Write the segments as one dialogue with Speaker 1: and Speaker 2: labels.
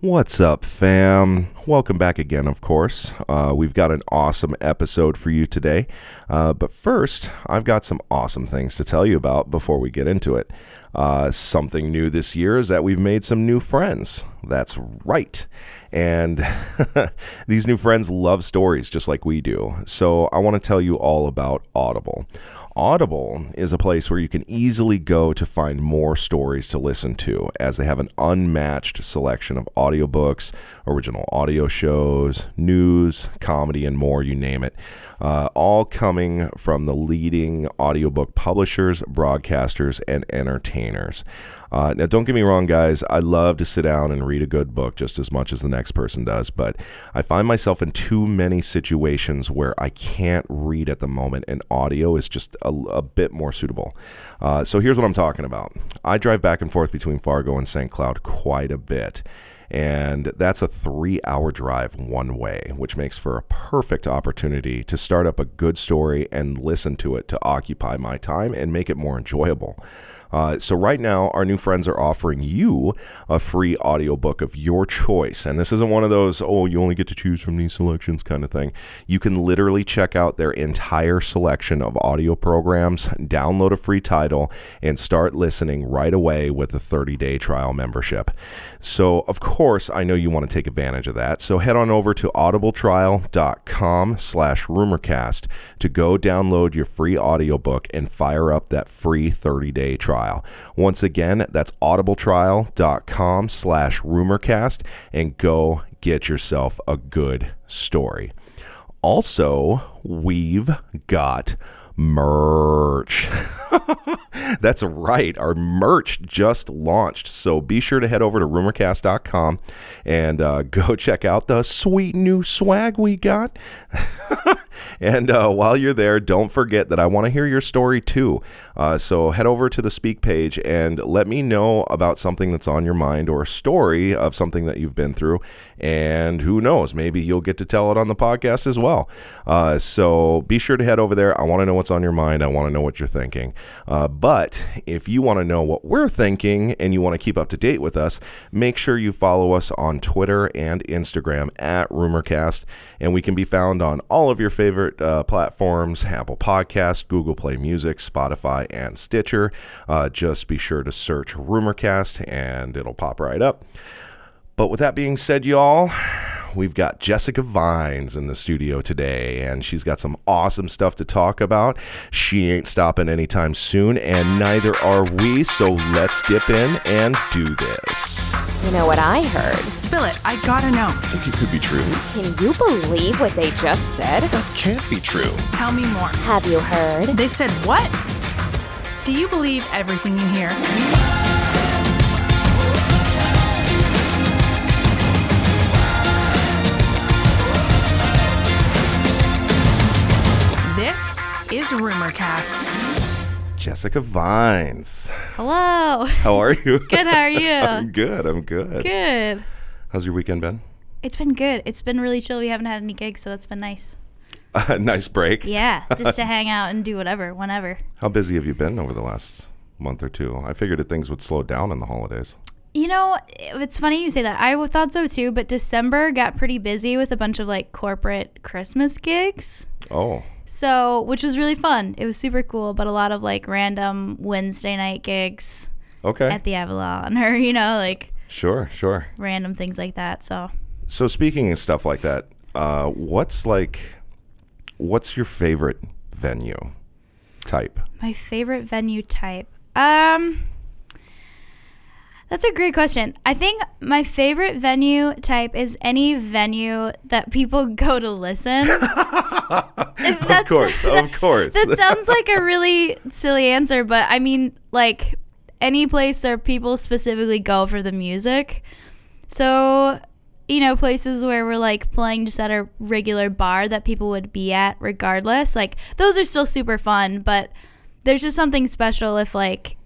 Speaker 1: What's up, fam? Welcome back again, of course. Uh, we've got an awesome episode for you today. Uh, but first, I've got some awesome things to tell you about before we get into it. Uh, something new this year is that we've made some new friends. That's right. And these new friends love stories just like we do. So I want to tell you all about Audible. Audible is a place where you can easily go to find more stories to listen to, as they have an unmatched selection of audiobooks, original audio shows, news, comedy, and more you name it. Uh, all coming from the leading audiobook publishers, broadcasters, and entertainers. Uh, now, don't get me wrong, guys. I love to sit down and read a good book just as much as the next person does, but I find myself in too many situations where I can't read at the moment, and audio is just a, a bit more suitable. Uh, so, here's what I'm talking about I drive back and forth between Fargo and St. Cloud quite a bit. And that's a three hour drive one way, which makes for a perfect opportunity to start up a good story and listen to it to occupy my time and make it more enjoyable. Uh, so right now, our new friends are offering you a free audiobook of your choice. And this isn't one of those, oh, you only get to choose from these selections kind of thing. You can literally check out their entire selection of audio programs, download a free title, and start listening right away with a 30-day trial membership. So, of course, I know you want to take advantage of that. So head on over to audibletrial.com slash rumorcast to go download your free audiobook and fire up that free 30-day trial. Once again, that's audibletrial.com slash rumorcast and go get yourself a good story. Also, we've got merch. That's right. Our merch just launched. So be sure to head over to rumorcast.com and uh, go check out the sweet new swag we got. and uh, while you're there, don't forget that I want to hear your story too. Uh, so head over to the speak page and let me know about something that's on your mind or a story of something that you've been through. And who knows, maybe you'll get to tell it on the podcast as well. Uh, so be sure to head over there. I want to know what's on your mind. I want to know what you're thinking. Uh, but if you want to know what we're thinking and you want to keep up to date with us, make sure you follow us on Twitter and Instagram at Rumorcast. And we can be found on all of your favorite uh, platforms Apple Podcast, Google Play Music, Spotify, and Stitcher. Uh, just be sure to search Rumorcast and it'll pop right up. But with that being said, y'all, we've got Jessica Vines in the studio today, and she's got some awesome stuff to talk about. She ain't stopping anytime soon, and neither are we, so let's dip in and do this.
Speaker 2: You know what I heard?
Speaker 3: Spill it. I gotta know.
Speaker 4: I think it could be true.
Speaker 2: Can you believe what they just said?
Speaker 4: That can't be true.
Speaker 3: Tell me more.
Speaker 2: Have you heard?
Speaker 3: They said what? Do you believe everything you hear? This is Rumorcast.
Speaker 1: Jessica Vines,
Speaker 5: Hello.
Speaker 1: how are you?
Speaker 5: Good. How are you?
Speaker 1: I'm good. I'm good.
Speaker 5: Good.
Speaker 1: How's your weekend been?
Speaker 5: It's been good. It's been really chill. We haven't had any gigs, so that's been nice.
Speaker 1: nice break.
Speaker 5: Yeah, just to hang out and do whatever, whenever.
Speaker 1: How busy have you been over the last month or two? I figured that things would slow down in the holidays.
Speaker 5: You know, it's funny you say that. I w- thought so too, but December got pretty busy with a bunch of like corporate Christmas gigs.
Speaker 1: Oh,
Speaker 5: So, which was really fun. It was super cool, but a lot of like random Wednesday night gigs
Speaker 1: okay.
Speaker 5: at the Avalon or, you know, like
Speaker 1: sure, sure.
Speaker 5: random things like that. So,
Speaker 1: So speaking of stuff like that, uh, what's like, what's your favorite venue type?
Speaker 5: My favorite venue type. Um That's a great question. I think my favorite venue type is any venue that people go to listen. If
Speaker 1: Of
Speaker 5: that's-
Speaker 1: course, of course.
Speaker 5: That sounds like a really silly answer, but I mean like any place where people specifically go for the music. So, you know, places where we're like playing just at a regular bar that people would be at regardless. Like those are still super fun, but there's just something special if like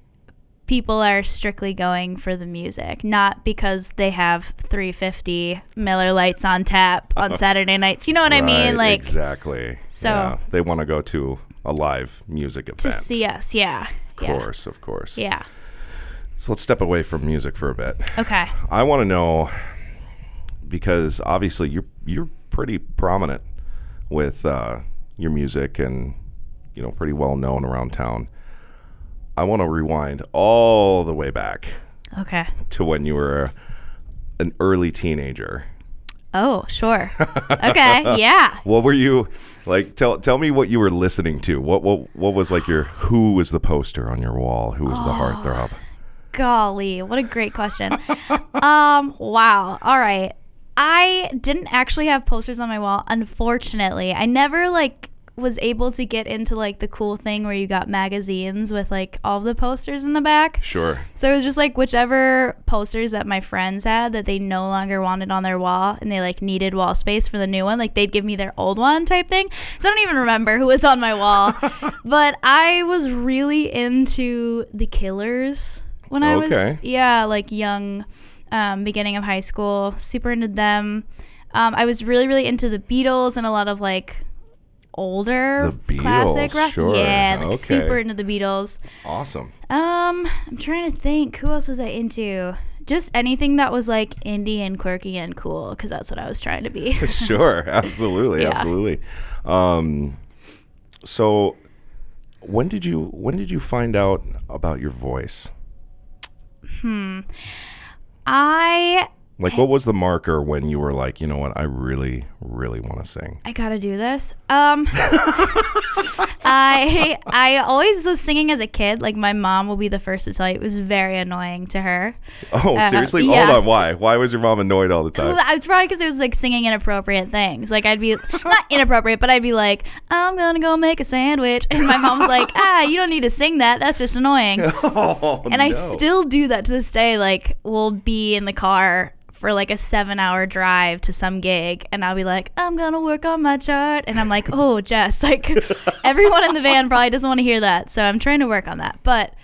Speaker 5: people are strictly going for the music, not because they have 350 Miller lights on tap on Saturday nights. You know what I
Speaker 1: Right,
Speaker 5: mean? Like
Speaker 1: exactly.
Speaker 5: so-
Speaker 1: Yeah, they want to go to a live music event.
Speaker 5: to see us. Yeah.
Speaker 1: Of course, of course.
Speaker 5: Yeah.
Speaker 1: So let's step away from music for a bit.
Speaker 5: yeah. Okay.
Speaker 1: I want to know because obviously you're you're pretty prominent with uh, your music and you know pretty well known around town. I want to rewind all the way back
Speaker 5: Okay.
Speaker 1: to when you were an early teenager.
Speaker 5: Oh, sure. Okay. Yeah.
Speaker 1: What were you like? Tell tell me what you were listening to. What what what was like your who was the poster on your wall? Who was the heartthrob?
Speaker 5: Golly, what a great question. um, wow. All right. I didn't actually have posters on my wall, unfortunately. I never like was able to get into like the cool thing where you got magazines with like all the posters in the back.
Speaker 1: Sure.
Speaker 5: So it was just like whichever posters that my friends had that they no longer wanted on their wall and they like needed wall space for the new one, like they'd give me their old one type thing. So I don't even remember who was on my wall. but I was really into the killers when I was
Speaker 1: Okay.
Speaker 5: yeah, like young, um, beginning of high school, super into them. Um, I was really, really into the Beatles and a lot of like older
Speaker 1: The
Speaker 5: classic
Speaker 1: Beatles,
Speaker 5: rock.
Speaker 1: sure.
Speaker 5: Yeah, like
Speaker 1: Okay.
Speaker 5: super into the Beatles.
Speaker 1: Awesome.
Speaker 5: Um, I'm trying to think. Who else was I into? Just anything that was like indie and quirky and cool, because that's what I was trying to be.
Speaker 1: sure. Absolutely.
Speaker 5: Yeah.
Speaker 1: Absolutely. Um, so when did you when did you find out about your voice?
Speaker 5: I
Speaker 1: Like what was the marker when you were like, you know what, I really, really want to sing?
Speaker 5: I gotta do this. Um, I I always was singing as a kid. Like my mom will be the first to tell you, it was very annoying to her.
Speaker 1: Oh,
Speaker 5: Uh,
Speaker 1: seriously?
Speaker 5: yeah.
Speaker 1: Hold on, why? Why was your mom annoyed all the time?
Speaker 5: Well, It's probably because it was like singing inappropriate things. Like I'd be not inappropriate, but I'd be like, "I'm gonna go make a sandwich," and my mom's like, "Ah, you don't need to sing that. That's just annoying."
Speaker 1: Oh,
Speaker 5: and I still do that to this day. Like, we'll be in the car for like a seven hour drive to some gig, and I'll be like, I'm gonna work on my chart. And I'm like, oh, Jess, like everyone in the van probably doesn't want to hear that. So I'm trying to work on that. But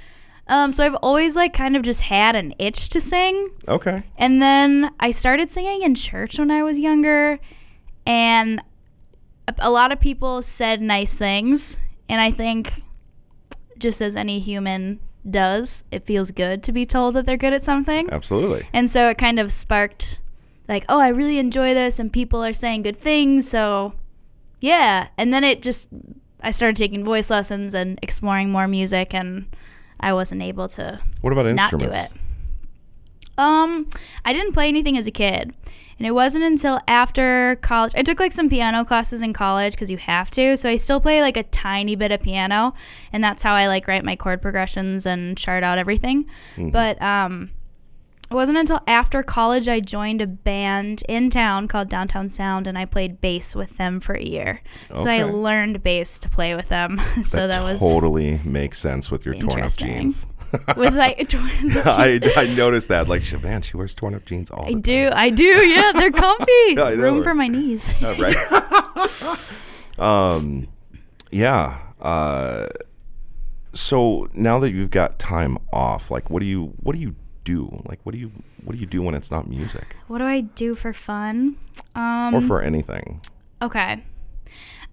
Speaker 5: um, so I've always like kind of just had an itch to sing.
Speaker 1: Okay.
Speaker 5: And then I started singing in church when I was younger, and a- a lot of people said nice things. And I think, just as any human does, it feels good to be told that they're good at something.
Speaker 1: Absolutely.
Speaker 5: And so it kind of sparked, like, oh, I really enjoy this, and people are saying good things. So, yeah. And then it just, I started taking voice lessons and exploring more music, and I wasn't able to
Speaker 1: What about
Speaker 5: not do
Speaker 1: instruments?
Speaker 5: it. Um, I didn't play anything as a kid, and it wasn't until after college. I took like some piano classes in college because you have to. So I still play like a tiny bit of piano, and that's how I like write my chord progressions and chart out everything.
Speaker 1: Mm-hmm.
Speaker 5: But um, it wasn't until after college I joined a band in town called Downtown Sound, and I played bass with them for a year. So I
Speaker 1: Okay.
Speaker 5: learned bass to play with them. so that, was
Speaker 1: totally makes sense with your torn up
Speaker 5: Interesting.
Speaker 1: jeans.
Speaker 5: with like.
Speaker 1: I, I noticed that. Like, she- man, she wears torn up jeans all
Speaker 5: I
Speaker 1: the
Speaker 5: do. I do. Yeah, they're comfy.
Speaker 1: I know,
Speaker 5: Room
Speaker 1: right?
Speaker 5: for my knees.
Speaker 1: time, right? um, yeah. Uh, so now that you've got time off, like, what do you what do you do? Like, what do you what do you do when it's not music
Speaker 5: what do I do for fun? Um,
Speaker 1: or for anything?
Speaker 5: okay.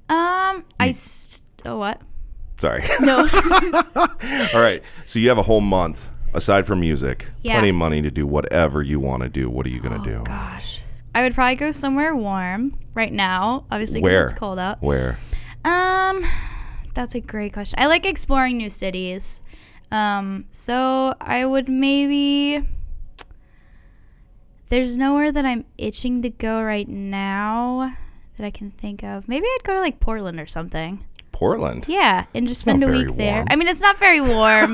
Speaker 5: Um,
Speaker 1: Mm.
Speaker 5: I s- oh what?
Speaker 1: Sorry.
Speaker 5: No.
Speaker 1: all right. So you have a whole month aside from music,
Speaker 5: Yeah. Oh,
Speaker 1: plenty of money to do whatever you want to do. What are you gonna do?
Speaker 5: Gosh, I would probably go somewhere warm right now. Obviously, 'cause
Speaker 1: Where?
Speaker 5: it's cold out.
Speaker 1: Where?
Speaker 5: Um, that's a great question. I like exploring new cities. Um, so I would maybe. There's nowhere that I'm itching to go right now that I can think of. Maybe I'd go to like Portland or something.
Speaker 1: Portland.
Speaker 5: Yeah, and just
Speaker 1: not
Speaker 5: spend a
Speaker 1: very
Speaker 5: week there.
Speaker 1: warm.
Speaker 5: I mean, it's not very warm,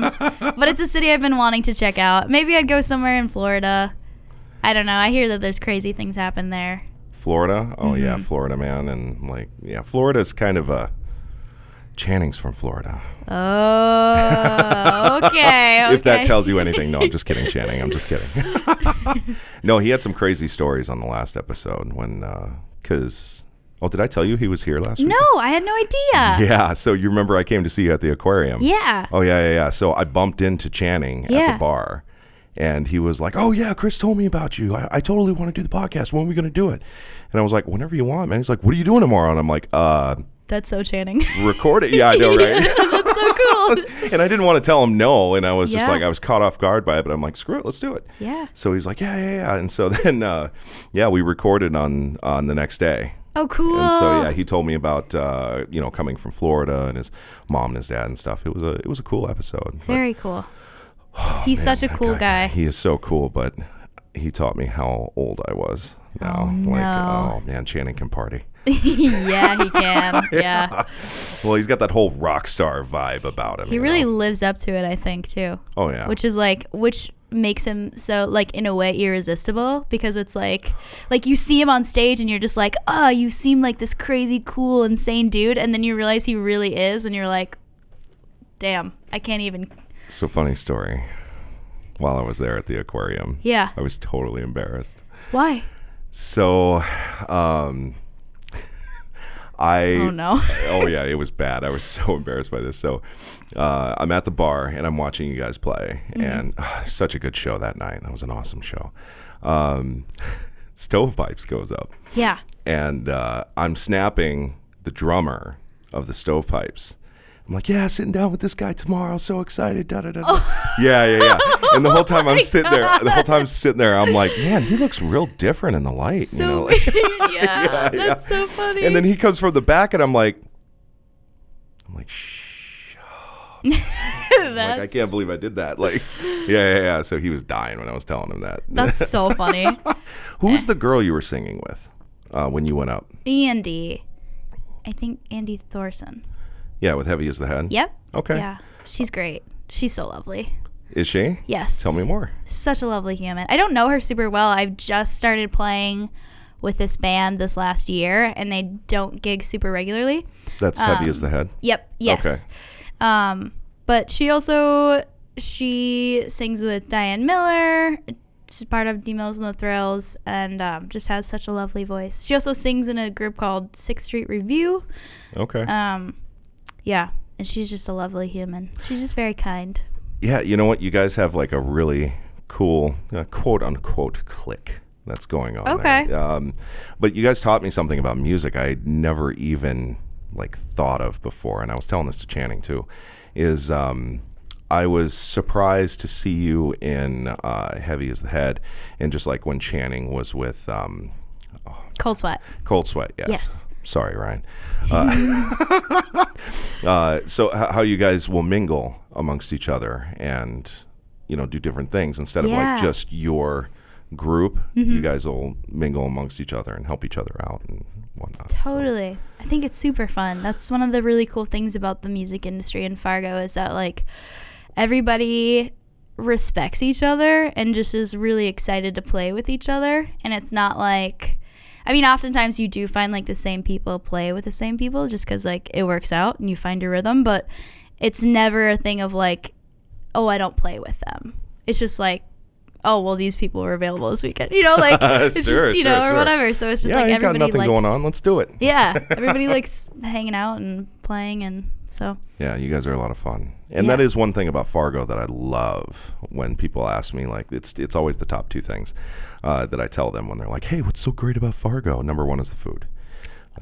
Speaker 5: but it's a city I've been wanting to check out. Maybe I'd go somewhere in Florida. I don't know. I hear that there's crazy things happen there.
Speaker 1: Florida. Oh yeah,
Speaker 5: Mm-hmm.
Speaker 1: Florida man, and like yeah, Florida's kind of a Channing's from Florida.
Speaker 5: Oh, okay.
Speaker 1: If that
Speaker 5: okay.
Speaker 1: tells you anything, no, I'm just kidding, Channing. I'm just kidding. no, he had some crazy stories on the last episode when, because, oh, did I tell you he was here last week?
Speaker 5: No, I had no idea.
Speaker 1: Yeah. So you remember I came to see you at the aquarium?
Speaker 5: Yeah.
Speaker 1: Oh yeah, yeah, yeah. So I bumped into Channing at
Speaker 5: Yeah.
Speaker 1: the bar, and he was like, "Oh yeah, Chris told me about you. I, I totally want to do the podcast. When are we going to do it?" And I was like, "Whenever you want, man." He's like, "What are you doing tomorrow?" And I'm like, "Uh,
Speaker 5: That's so Channing.
Speaker 1: record it." Yeah, I know, right?
Speaker 5: That's so cool. wild.
Speaker 1: and I didn't want to tell him no, and I was just
Speaker 5: Yeah.
Speaker 1: like I was caught off guard by it, but I'm like, screw it, let's do it.
Speaker 5: Yeah.
Speaker 1: So he's like, yeah, yeah, yeah, and so then, uh, yeah, we recorded on on the next day.
Speaker 5: Oh, cool.
Speaker 1: And so yeah, he told me about uh, you know coming from Florida and his mom and his dad and stuff. It was a it was a cool episode. But
Speaker 5: Very cool. He's such a
Speaker 1: "Oh, that
Speaker 5: cool guy.
Speaker 1: He is so cool, but he taught me how old I was. Now, like,
Speaker 5: no.
Speaker 1: oh man, Channing can party.
Speaker 5: yeah, he can. Yeah.
Speaker 1: Well, he's got that whole rock star vibe about him.
Speaker 5: He
Speaker 1: you
Speaker 5: really
Speaker 1: know?
Speaker 5: lives up to it, I think, too.
Speaker 1: Oh yeah.
Speaker 5: Which is like which makes him so like in a way irresistible because it's like like you see him on stage and you're just like, "Oh, you seem like this crazy cool insane dude." And then you realize he really is and you're like, "Damn, I can't even."
Speaker 1: So funny story. While I was there at the aquarium,
Speaker 5: Yeah.
Speaker 1: I was totally embarrassed.
Speaker 5: Why?
Speaker 1: So, um, I
Speaker 5: Oh no.
Speaker 1: oh yeah, it was bad. I was so embarrassed by this. So uh, I'm at the bar and I'm watching you guys play,
Speaker 5: Mm-hmm.
Speaker 1: and uh, such a good show that night. That was an awesome show. Um, Stovepipes goes up,
Speaker 5: yeah.
Speaker 1: and uh, I'm snapping the drummer of the Stovepipes. I'm like, yeah, sitting down with this guy tomorrow. So excited. Da, da, da, da. Yeah, yeah, yeah. And the
Speaker 5: Oh
Speaker 1: whole time I'm sitting there, the whole time I'm sitting there, I'm like, man, he looks real different in the light. you know,
Speaker 5: So
Speaker 1: like-
Speaker 5: weird. Yeah. That's
Speaker 1: yeah.
Speaker 5: so funny.
Speaker 1: and then he comes from the back, and I'm like, I'm like, shh. Like, I
Speaker 5: That's-
Speaker 1: can't believe I did that. Like, yeah, yeah, yeah. So he was dying when I was telling him that.
Speaker 5: That's so funny.
Speaker 1: Who's the girl you were singing with uh, when you went up?
Speaker 5: Andy. E I think Andy Thorson.
Speaker 1: Yeah, with Heavy as the Head.
Speaker 5: Yep.
Speaker 1: Okay.
Speaker 5: Yeah. She's great. She's so lovely.
Speaker 1: Is she?
Speaker 5: Yes.
Speaker 1: Tell me more.
Speaker 5: Such a lovely human. I don't know her super well. I've just started playing with this band this last year and they don't gig super regularly.
Speaker 1: That's Heavy as the Head.
Speaker 5: Yep. Yes. Um, but she also she sings with Diane Miller. She's part of D Mills and the Thrills, and um, just has such a lovely voice. She also sings in a group called Sixth Street Review.
Speaker 1: Okay.
Speaker 5: Um, yeah, and she's just a lovely human. She's just very kind.
Speaker 1: yeah, you know what? You guys have like a really cool uh, quote unquote click that's going on.
Speaker 5: Okay.
Speaker 1: there. Um, but you guys taught me something about music I had never even like thought of before, and I was telling this to Channing too. Is um, I was surprised to see you in uh, Heavy as the Head, and just like when Channing was with um,
Speaker 5: Cold sweat.
Speaker 1: Cold Sweat. Yes.
Speaker 5: Yes.
Speaker 1: Sorry, Ryan. Uh, uh, so h- how you guys will mingle amongst each other and you know do different things instead of
Speaker 5: Yeah.
Speaker 1: like
Speaker 5: Mm-hmm.
Speaker 1: just your group. You guys will mingle amongst each other and help each other out and whatnot. So-
Speaker 5: Totally. I think it's super fun. That's one of the really cool things about the music industry in Fargo is that like everybody respects each other and just is really excited to play with each other and it's not like I mean oftentimes you do find like the same people play with the same people just cuz like it works out and you find your rhythm but it's never a thing of like oh I don't play with them. It's just like oh well these people were available this weekend. You know like it's
Speaker 1: Sure,
Speaker 5: just you
Speaker 1: sure,
Speaker 5: know or
Speaker 1: sure.
Speaker 5: whatever so it's just
Speaker 1: yeah,
Speaker 5: like
Speaker 1: ain't got
Speaker 5: everybody
Speaker 1: nothing
Speaker 5: likes
Speaker 1: going on. Let's do it.
Speaker 5: yeah, everybody likes hanging out and playing, and so
Speaker 1: Yeah, you guys are a lot of fun, and that
Speaker 5: Yeah.
Speaker 1: is one thing about Fargo that I love. When people ask me, like, it's it's always the top two things uh, that I tell them when they're like, "Hey, what's so great about Fargo?" Number one is the food.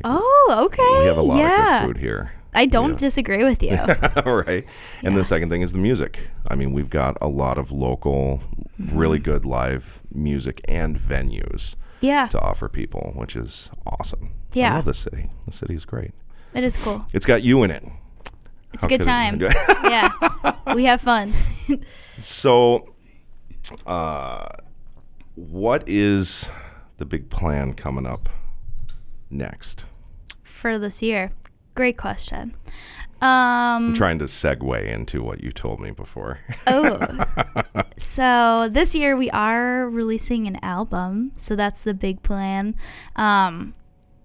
Speaker 5: oh, okay,
Speaker 1: We have a lot
Speaker 5: yeah.
Speaker 1: of good food here.
Speaker 5: I don't disagree with you.
Speaker 1: All right. And the second thing is the music. I mean, we've got a lot of local, really good live music and venues
Speaker 5: Mm-hmm. yeah,
Speaker 1: to offer people, which is awesome. I
Speaker 5: Yeah.
Speaker 1: love the city. The city is great.
Speaker 5: it is cool.
Speaker 1: It's got you in it.
Speaker 5: It's a good time.
Speaker 1: It?
Speaker 5: yeah, we have fun.
Speaker 1: so, uh, what is the big plan coming up next?
Speaker 5: for this year. Great question. Um,
Speaker 1: I'm trying to segue into what you told me before.
Speaker 5: oh, so this year we are releasing an album, so that's the big plan. Um,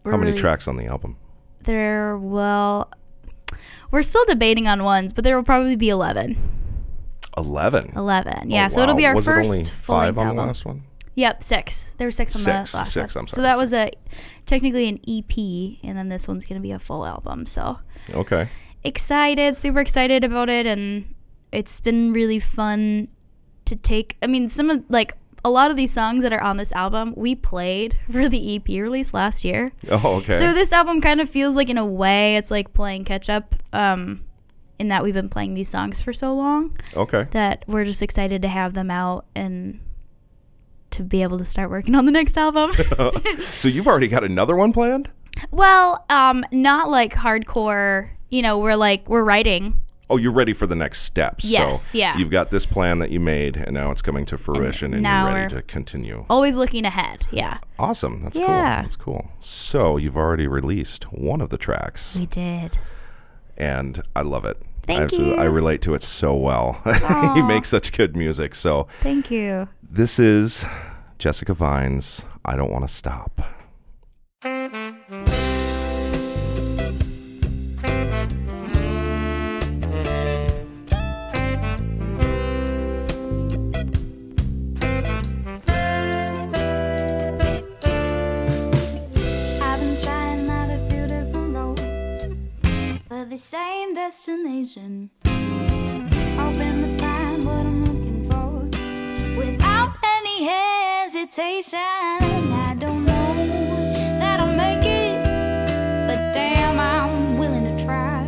Speaker 5: we're
Speaker 1: How many
Speaker 5: really-
Speaker 1: tracks on the album?
Speaker 5: There will. We're still debating on ones, but there will probably be eleven.
Speaker 1: 11.
Speaker 5: 11. Yeah, so it'll
Speaker 1: Oh, Wow.
Speaker 5: be our
Speaker 1: was
Speaker 5: first
Speaker 1: it only
Speaker 5: full
Speaker 1: five
Speaker 5: length
Speaker 1: on
Speaker 5: album.
Speaker 1: the last one.
Speaker 5: Yep, six. There were six on
Speaker 1: Six,
Speaker 5: the last
Speaker 1: six,
Speaker 5: one.
Speaker 1: I'm
Speaker 5: so
Speaker 1: sorry,
Speaker 5: that was a technically an EP, and then this one's gonna be a full album. So
Speaker 1: Okay.
Speaker 5: excited, super excited about it, and it's been really fun to take. I mean, some of like a lot of these songs that are on this album we played for the EP release last year.
Speaker 1: Oh, okay.
Speaker 5: So this album kind of feels like, in a way, it's like playing catch up. Um, in that we've been playing these songs for so long
Speaker 1: Okay.
Speaker 5: that we're just excited to have them out and to be able to start working on the next album.
Speaker 1: So you've already got another one planned?
Speaker 5: well, um, not like hardcore. You know, we're like we're writing.
Speaker 1: Oh, you're ready for the next steps.
Speaker 5: Yes,
Speaker 1: so
Speaker 5: yeah.
Speaker 1: You've got this plan that you made, and now it's coming to fruition, and,
Speaker 5: now
Speaker 1: you're ready
Speaker 5: we're-
Speaker 1: to continue.
Speaker 5: Always looking ahead. Yeah,
Speaker 1: Awesome. That's cool.
Speaker 5: Yeah.
Speaker 1: That's cool. So you've already released one of the tracks,
Speaker 5: we did.
Speaker 1: and I love it.
Speaker 5: Thank
Speaker 1: Absolutely. I
Speaker 5: you.
Speaker 1: relate to it so well. he makes such good music. So
Speaker 5: Thank you.
Speaker 1: this is Jessica Vines. I don't want to stop.
Speaker 6: I've been trying out a few different roads for the same destination. Hoping to find what I'm looking for without any hesitation. I don't know that I'll make it, but damn, I'm willing to try.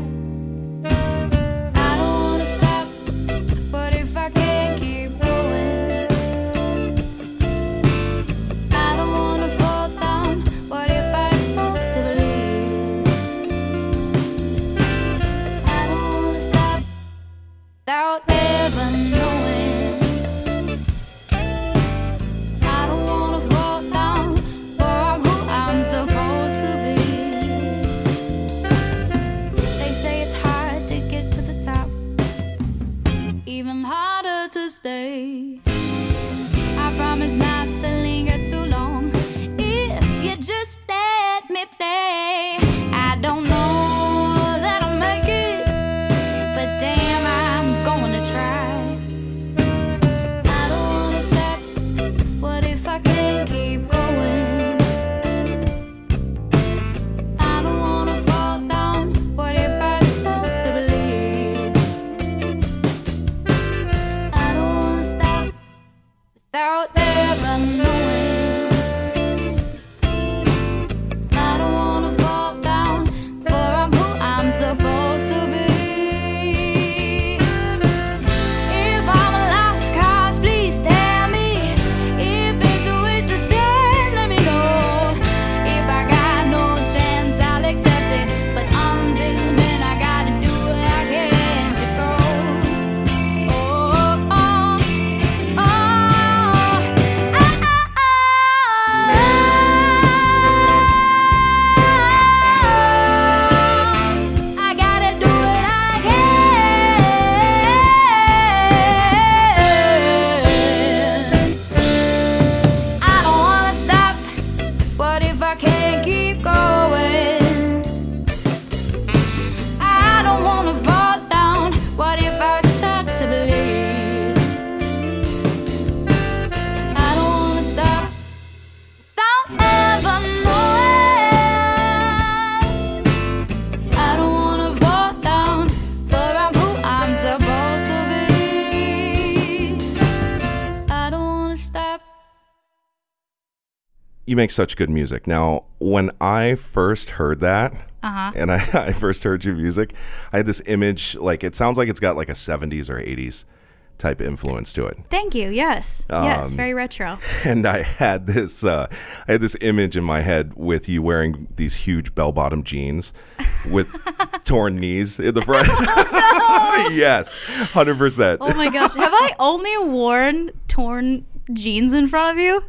Speaker 6: I don't wanna stop, but if I can't keep going. I don't wanna fall down. What if I stop to believe? I don't wanna stop without ever knowing. I don't wanna fall down for who I'm supposed to be. They say it's hard to get to the top, even harder to stay. I promise not to linger too long if you just let me play. I don't know that I'll make it, but damn, I'm going to try. I don't want to stop. What if I can't keep going? I don't want to fall down. What if I stop to believe? I don't want to stop without ever knowing. I don't wanna fall down, for I'm who I'm supposed to be. If I'm a lost cause, please tell me. If it's a waste of time, let me know. If I got no chance, I'll accept it. But until then, I gotta do what I can to go. Oh, oh. Oh, oh, I gotta do what I can. I don't wanna stop. What if I can't keep going? I don't wanna fall down. What if I start to believe? I don't wanna stop without ever knowing. I don't wanna fall down, but I'm who I'm supposed to be. I don't wanna stop.
Speaker 1: You make such good music. Now, when I first heard that,
Speaker 5: Uh huh.
Speaker 1: and I, I first heard your music, I had this image like it sounds like it's got like a 70s or 80s type influence to it.
Speaker 5: Thank you. Yes. yes.
Speaker 1: Um,
Speaker 5: Very retro.
Speaker 1: And I had this uh, I had this image in my head with you wearing these huge bell-bottom jeans with torn knees in the front. yes, 100%.
Speaker 5: Oh my gosh. Have I only worn torn jeans in front of you?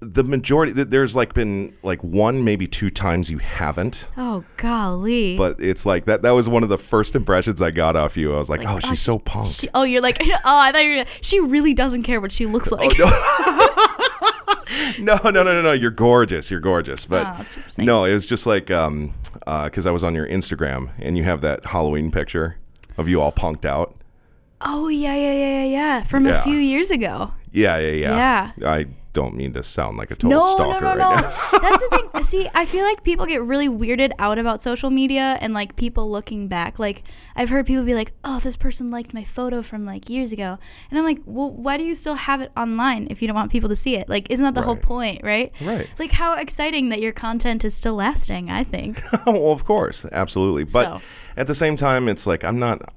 Speaker 1: The majority th- there's like been like one maybe two times you haven't,
Speaker 5: Oh golly.
Speaker 1: but it's like that that was one of the first impressions I got off you. I was like, "Oh, she's so punk."
Speaker 5: She- oh, you're like, oh, I thought you were. She really doesn't care what she
Speaker 1: Oh.
Speaker 5: looks like.
Speaker 1: no, no, no, no, no. You're gorgeous. You're gorgeous. But
Speaker 5: Oh, geez, thanks.
Speaker 1: no, it was just like um, because I was on your Instagram and you have that Halloween picture of you all punked out.
Speaker 5: Oh yeah, yeah, yeah, yeah, yeah. From
Speaker 1: Yeah.
Speaker 5: a few years ago.
Speaker 1: Yeah, yeah, yeah. I don't mean to sound like a total
Speaker 5: No, no,
Speaker 1: stalker
Speaker 5: no,
Speaker 1: right
Speaker 5: no.
Speaker 1: now.
Speaker 5: That's the thing. See, I feel like people get really weirded out about social media and like people looking back. Like I've heard people be like, "Oh, this person liked my photo from like years ago," and I'm like, "Well, why do you still have it online if you don't want people to see it? Like, isn't that the whole
Speaker 1: Right.
Speaker 5: point, right?
Speaker 1: Right.
Speaker 5: Like, how exciting that your content is still lasting. I think.
Speaker 1: well, of course, absolutely. But
Speaker 5: So.
Speaker 1: at the same time, it's like I'm not.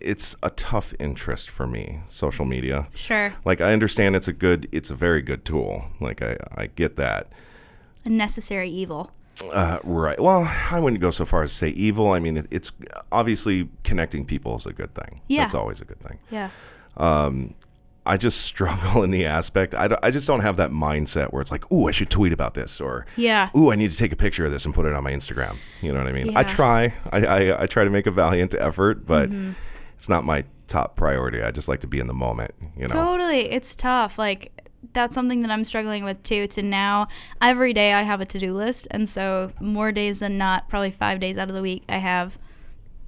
Speaker 1: It's a tough interest for me, social media.
Speaker 5: sure.
Speaker 1: Like I understand it's a good, it's a very good tool. Like I, I get that.
Speaker 5: A necessary evil.
Speaker 1: Uh, right. Well, I wouldn't go so far as to say evil. I mean, it, it's obviously connecting people is a good thing.
Speaker 5: Yeah.
Speaker 1: That's always a good thing.
Speaker 5: Yeah.
Speaker 1: I just struggle in the aspect. I, don't- I just don't have that mindset where it's like, ooh, I should tweet about this or,
Speaker 5: Yeah.
Speaker 1: ooh, I need to take a picture of this and put it on my Instagram. You know what I mean? I
Speaker 5: Yeah.
Speaker 1: try. I, I, I try to make a valiant effort, but
Speaker 5: Mm-hmm.
Speaker 1: it's not my top priority. I just like to be in the moment, you know?
Speaker 5: Totally. It's tough. Like that's something that I'm struggling with too. To now, every day I have a to do list, and so more days than not, probably five days out of the week, I have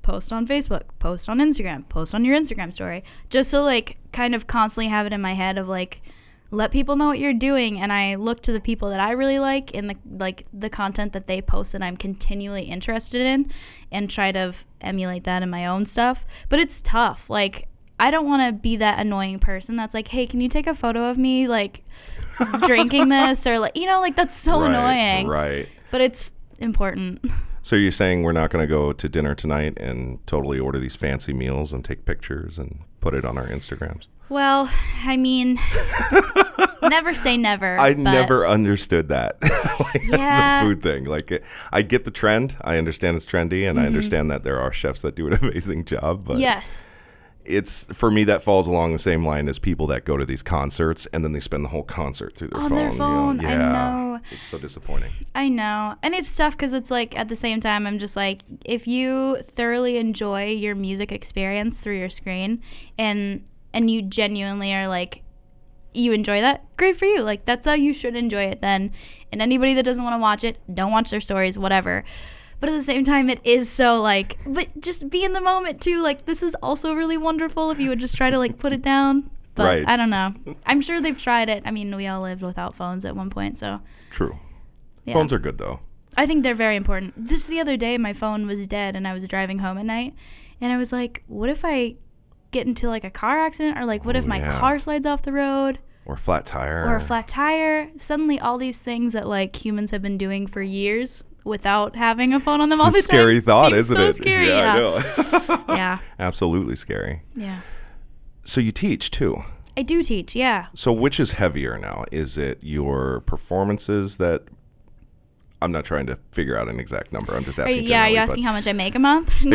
Speaker 5: post on Facebook, post on Instagram, post on your Instagram story, just so like kind of constantly have it in my head of like let people know what you're doing and i look to the people that i really like and the like the content that they post that i'm continually interested in and try to f- emulate that in my own stuff but it's tough like i don't want to be that annoying person that's like hey can you take a photo of me like drinking this or like you know like that's so
Speaker 1: Right,
Speaker 5: annoying
Speaker 1: Right.
Speaker 5: but it's important
Speaker 1: So you're saying we're not going to go to dinner tonight and totally order these fancy meals and take pictures and put it on our Instagrams?
Speaker 5: well i mean never say never
Speaker 1: I
Speaker 5: but-
Speaker 1: never understood that. like,
Speaker 5: Yeah.
Speaker 1: The food thing. Like, it, I get the trend. I understand it's trendy, and I
Speaker 5: Mm-hmm.
Speaker 1: understand that there are chefs that do an amazing job. But
Speaker 5: yes
Speaker 1: it's for me that falls along the same line as people that go to these concerts and then they spend the whole concert through their
Speaker 5: On
Speaker 1: phone.
Speaker 5: their
Speaker 1: you
Speaker 5: phone, I
Speaker 1: Yeah.
Speaker 5: know.
Speaker 1: It's so disappointing.
Speaker 5: I know. And it's tough because it's like at the same time, I'm just like, if you thoroughly enjoy your music experience through your screen and and you genuinely are like you enjoy that, great for you. Like that's how you should enjoy it then. And anybody that doesn't want to watch it, don't watch their stories, whatever. But at the same time it is so like but just be in the moment too. Like this is also really wonderful if you would just try to like put it down. But
Speaker 1: Right.
Speaker 5: I don't know. I'm sure they've tried it. I mean, we all lived without phones at one point, so
Speaker 1: True.
Speaker 5: yeah.
Speaker 1: Phones are good, though.
Speaker 5: I think they're very important. Just the other day, my phone was dead, and I was driving home at night, and I was like, "What if I get into like a car accident, or like, what if my
Speaker 1: Oh, yeah.
Speaker 5: car slides off the road,
Speaker 1: Or a flat tire.
Speaker 5: or a flat tire?" Suddenly, all these things that like humans have been doing for years without having a phone on them all
Speaker 1: It's
Speaker 5: the
Speaker 1: a scary
Speaker 5: time
Speaker 1: thought,
Speaker 5: seems
Speaker 1: isn't
Speaker 5: so
Speaker 1: it?
Speaker 5: Scary,
Speaker 1: yeah,
Speaker 5: yeah,
Speaker 1: I know.
Speaker 5: yeah,
Speaker 1: Absolutely scary.
Speaker 5: yeah.
Speaker 1: So you teach too.
Speaker 5: I do teach, yeah.
Speaker 1: So which is heavier now? Is it your performances that I'm not trying to figure out an exact number. I'm just
Speaker 5: Are you-
Speaker 1: asking.
Speaker 5: yeah, are you asking
Speaker 1: generally,
Speaker 5: how much I make a month?
Speaker 1: but-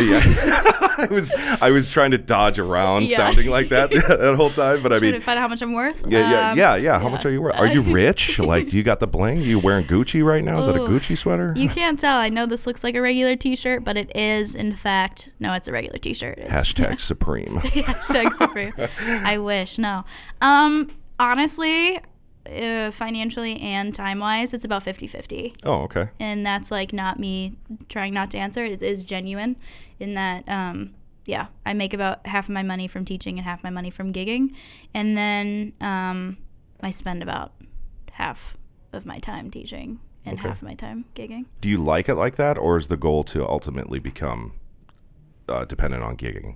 Speaker 1: I was I was trying to dodge around
Speaker 5: Yeah.
Speaker 1: sounding like that that whole time, but I
Speaker 5: Trying to
Speaker 1: mean
Speaker 5: find out how much I'm worth.
Speaker 1: yeah, yeah,
Speaker 5: Um,
Speaker 1: yeah, yeah. How much are you worth? Are you rich? like, do you got the bling? You wearing Gucci right now? Is that a
Speaker 5: Ooh.
Speaker 1: Gucci sweater?
Speaker 5: Oh. You can't tell. I know this looks like a regular T-shirt, but it is, in fact, no, it's a regular T-shirt. It's
Speaker 1: Hashtag Supreme.
Speaker 5: hashtag Supreme. I wish. No. Um. Honestly, uh, financially and time-wise, it's about 50-50,
Speaker 1: Oh, okay.
Speaker 5: and that's like not me trying not to answer. It is genuine, in that um. Yeah, I make about half of my money from teaching and half my money from gigging, and then um, I spend about half of my time teaching and half of my time gigging.
Speaker 1: Do you like it like that, or is the goal to ultimately become uh, dependent on gigging?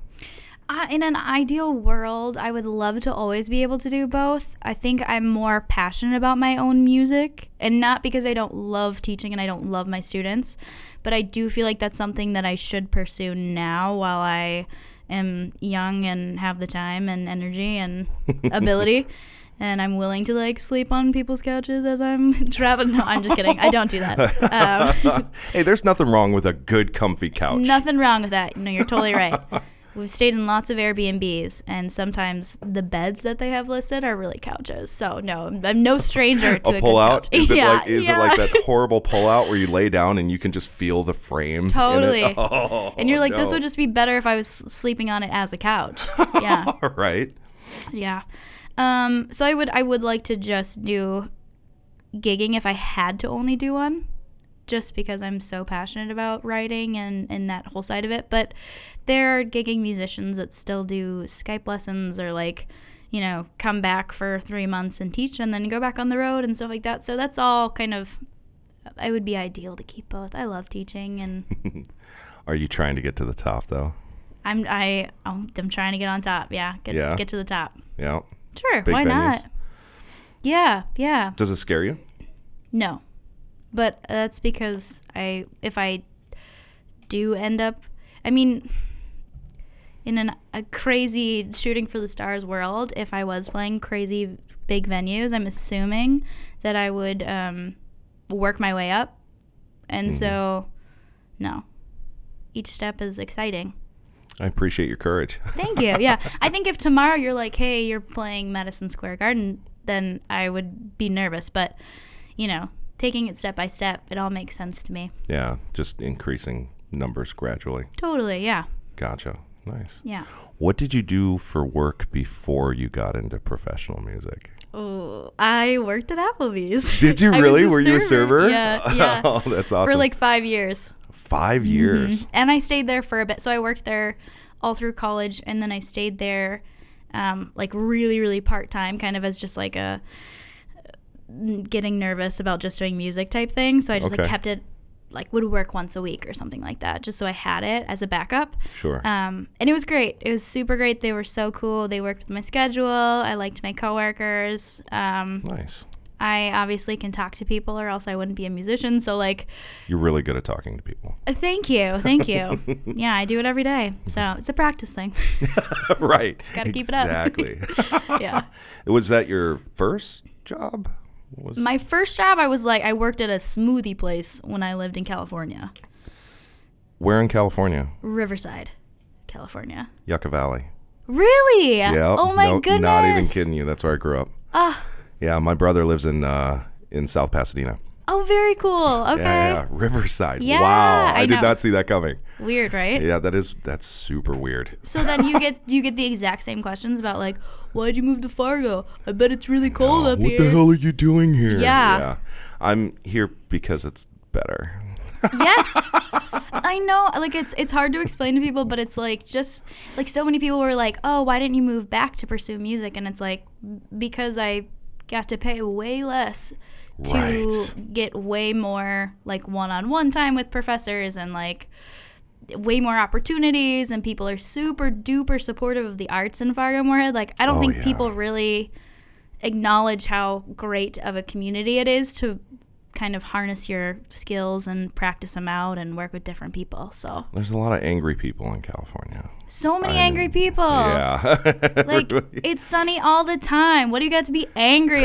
Speaker 5: I, in an ideal world, I would love to always be able to do both. I think I'm more passionate about my own music, and not because I don't love teaching and I don't love my students, but I do feel like that's something that I should pursue now while I am young and have the time and energy and ability. And I'm willing to like sleep on people's couches as I'm traveling. No, I'm just kidding. I don't do that. Um,
Speaker 1: Hey, there's nothing wrong with a good, comfy couch.
Speaker 5: Nothing wrong with that. No, you're totally right. We've stayed in lots of Airbnbs, and sometimes the beds that they have listed are really couches. So no, I'm, I'm no stranger to a,
Speaker 1: a pull
Speaker 5: good
Speaker 1: out?
Speaker 5: couch.
Speaker 1: Is it
Speaker 5: yeah,
Speaker 1: like is
Speaker 5: yeah.
Speaker 1: it like that horrible pull out where you lay down and you can just feel the frame? in it?
Speaker 5: Totally.
Speaker 1: Oh,
Speaker 5: and you're like, this
Speaker 1: no.
Speaker 5: would just be better if I was s- sleeping on it as a couch. Yeah,
Speaker 1: right.
Speaker 5: yeah. Um, so I would I would like to just do gigging if I had to only do one, just because I'm so passionate about writing and, and that whole side of it. But there are gigging musicians that still do Skype lessons or like, you know, come back for three months and teach and then go back on the road and stuff like that. So that's all kind of, it would be ideal to keep both. I love teaching and
Speaker 1: Are you trying to get to the top though?
Speaker 5: I'm, I, I'm I'm trying to get on top. Yeah. Get,
Speaker 1: Yeah.
Speaker 5: get to the top.
Speaker 1: Yeah.
Speaker 5: Sure.
Speaker 1: Big
Speaker 5: why
Speaker 1: venues.
Speaker 5: not? Yeah. Yeah.
Speaker 1: Does it scare you?
Speaker 5: No. But uh, that's because I if I do end up I mean in an, a crazy shooting for the stars world, if I was playing crazy big venues, I'm assuming that I would um, work my way up. And
Speaker 1: Mm-hmm.
Speaker 5: so no. Each step is exciting.
Speaker 1: I appreciate your courage.
Speaker 5: Thank you. Yeah. I think if tomorrow you're like, hey, you're playing Madison Square Garden, then I would be nervous. But, you know, taking it step by step, it all makes sense to me.
Speaker 1: yeah, just increasing numbers gradually.
Speaker 5: Totally. Yeah.
Speaker 1: Gotcha. Nice.
Speaker 5: Yeah.
Speaker 1: What did you do for work before you got into professional music?
Speaker 5: Oh, I worked at Applebee's.
Speaker 1: Did you
Speaker 5: I was
Speaker 1: really?
Speaker 5: a
Speaker 1: Were you a server?
Speaker 5: Yeah. Yeah.
Speaker 1: oh, that's awesome.
Speaker 5: For like mm-hmm. five years.
Speaker 1: five years.
Speaker 5: And I stayed there for a bit. So I worked there all through college, and then I stayed there, um, like really, really part time, kind of as just like a getting nervous about just doing music type thing. So I just
Speaker 1: Okay.
Speaker 5: like kept it, like would work once a week or something like that, just so I had it as a backup.
Speaker 1: Sure.
Speaker 5: Um, and it was great. It was super great. They were so cool. They worked with my schedule. I liked my coworkers. Um,
Speaker 1: nice.
Speaker 5: I obviously can talk to people, or else I wouldn't be a musician. So like.
Speaker 1: You're really good at talking to people.
Speaker 5: Thank you. Thank you. yeah, I do it every day. So it's a practice thing.
Speaker 1: right.
Speaker 5: gotta keep it up.
Speaker 1: exactly.
Speaker 5: yeah.
Speaker 1: was that your first job? Was
Speaker 5: My first job, I was like, I worked at a smoothie place when I lived in California,
Speaker 1: where in California?
Speaker 5: Riverside, California.
Speaker 1: Yucca Valley.
Speaker 5: Really?
Speaker 1: Yeah.
Speaker 5: Oh my
Speaker 1: no,
Speaker 5: goodness.
Speaker 1: Not even kidding you. That's where I grew up. Ah. Yeah, my brother lives in uh, in South Pasadena.
Speaker 5: Oh, very cool. Okay.
Speaker 1: Yeah, yeah, Riverside.
Speaker 5: Yeah,
Speaker 1: wow, I,
Speaker 5: I
Speaker 1: did
Speaker 5: know.
Speaker 1: not see that coming.
Speaker 5: Weird, right?
Speaker 1: Yeah, that is that's super weird.
Speaker 5: So then you get you get the exact same questions about like, why'd you move to Fargo? I bet it's really cold
Speaker 1: Oh,
Speaker 5: up
Speaker 1: what
Speaker 5: here.
Speaker 1: the hell are you doing here?
Speaker 5: Yeah.
Speaker 1: I'm here because it's better.
Speaker 5: Yes. I know like it's it's hard to explain to people but it's like just like so many people were like, "Oh, why didn't you move back to pursue music?" and it's like because I got to pay way less to
Speaker 1: Right.
Speaker 5: get way more like one-on-one time with professors and like way more opportunities and people are super duper supportive of the arts in Fargo Moorhead. Like I don't
Speaker 1: Oh,
Speaker 5: think
Speaker 1: yeah.
Speaker 5: people really acknowledge how great of a community it is to kind of harness your skills and practice them out and work with different people. So
Speaker 1: There's a lot of angry people in California.
Speaker 5: so many angry people.
Speaker 1: Yeah.
Speaker 5: Like it's sunny all the time. What do you got to be angry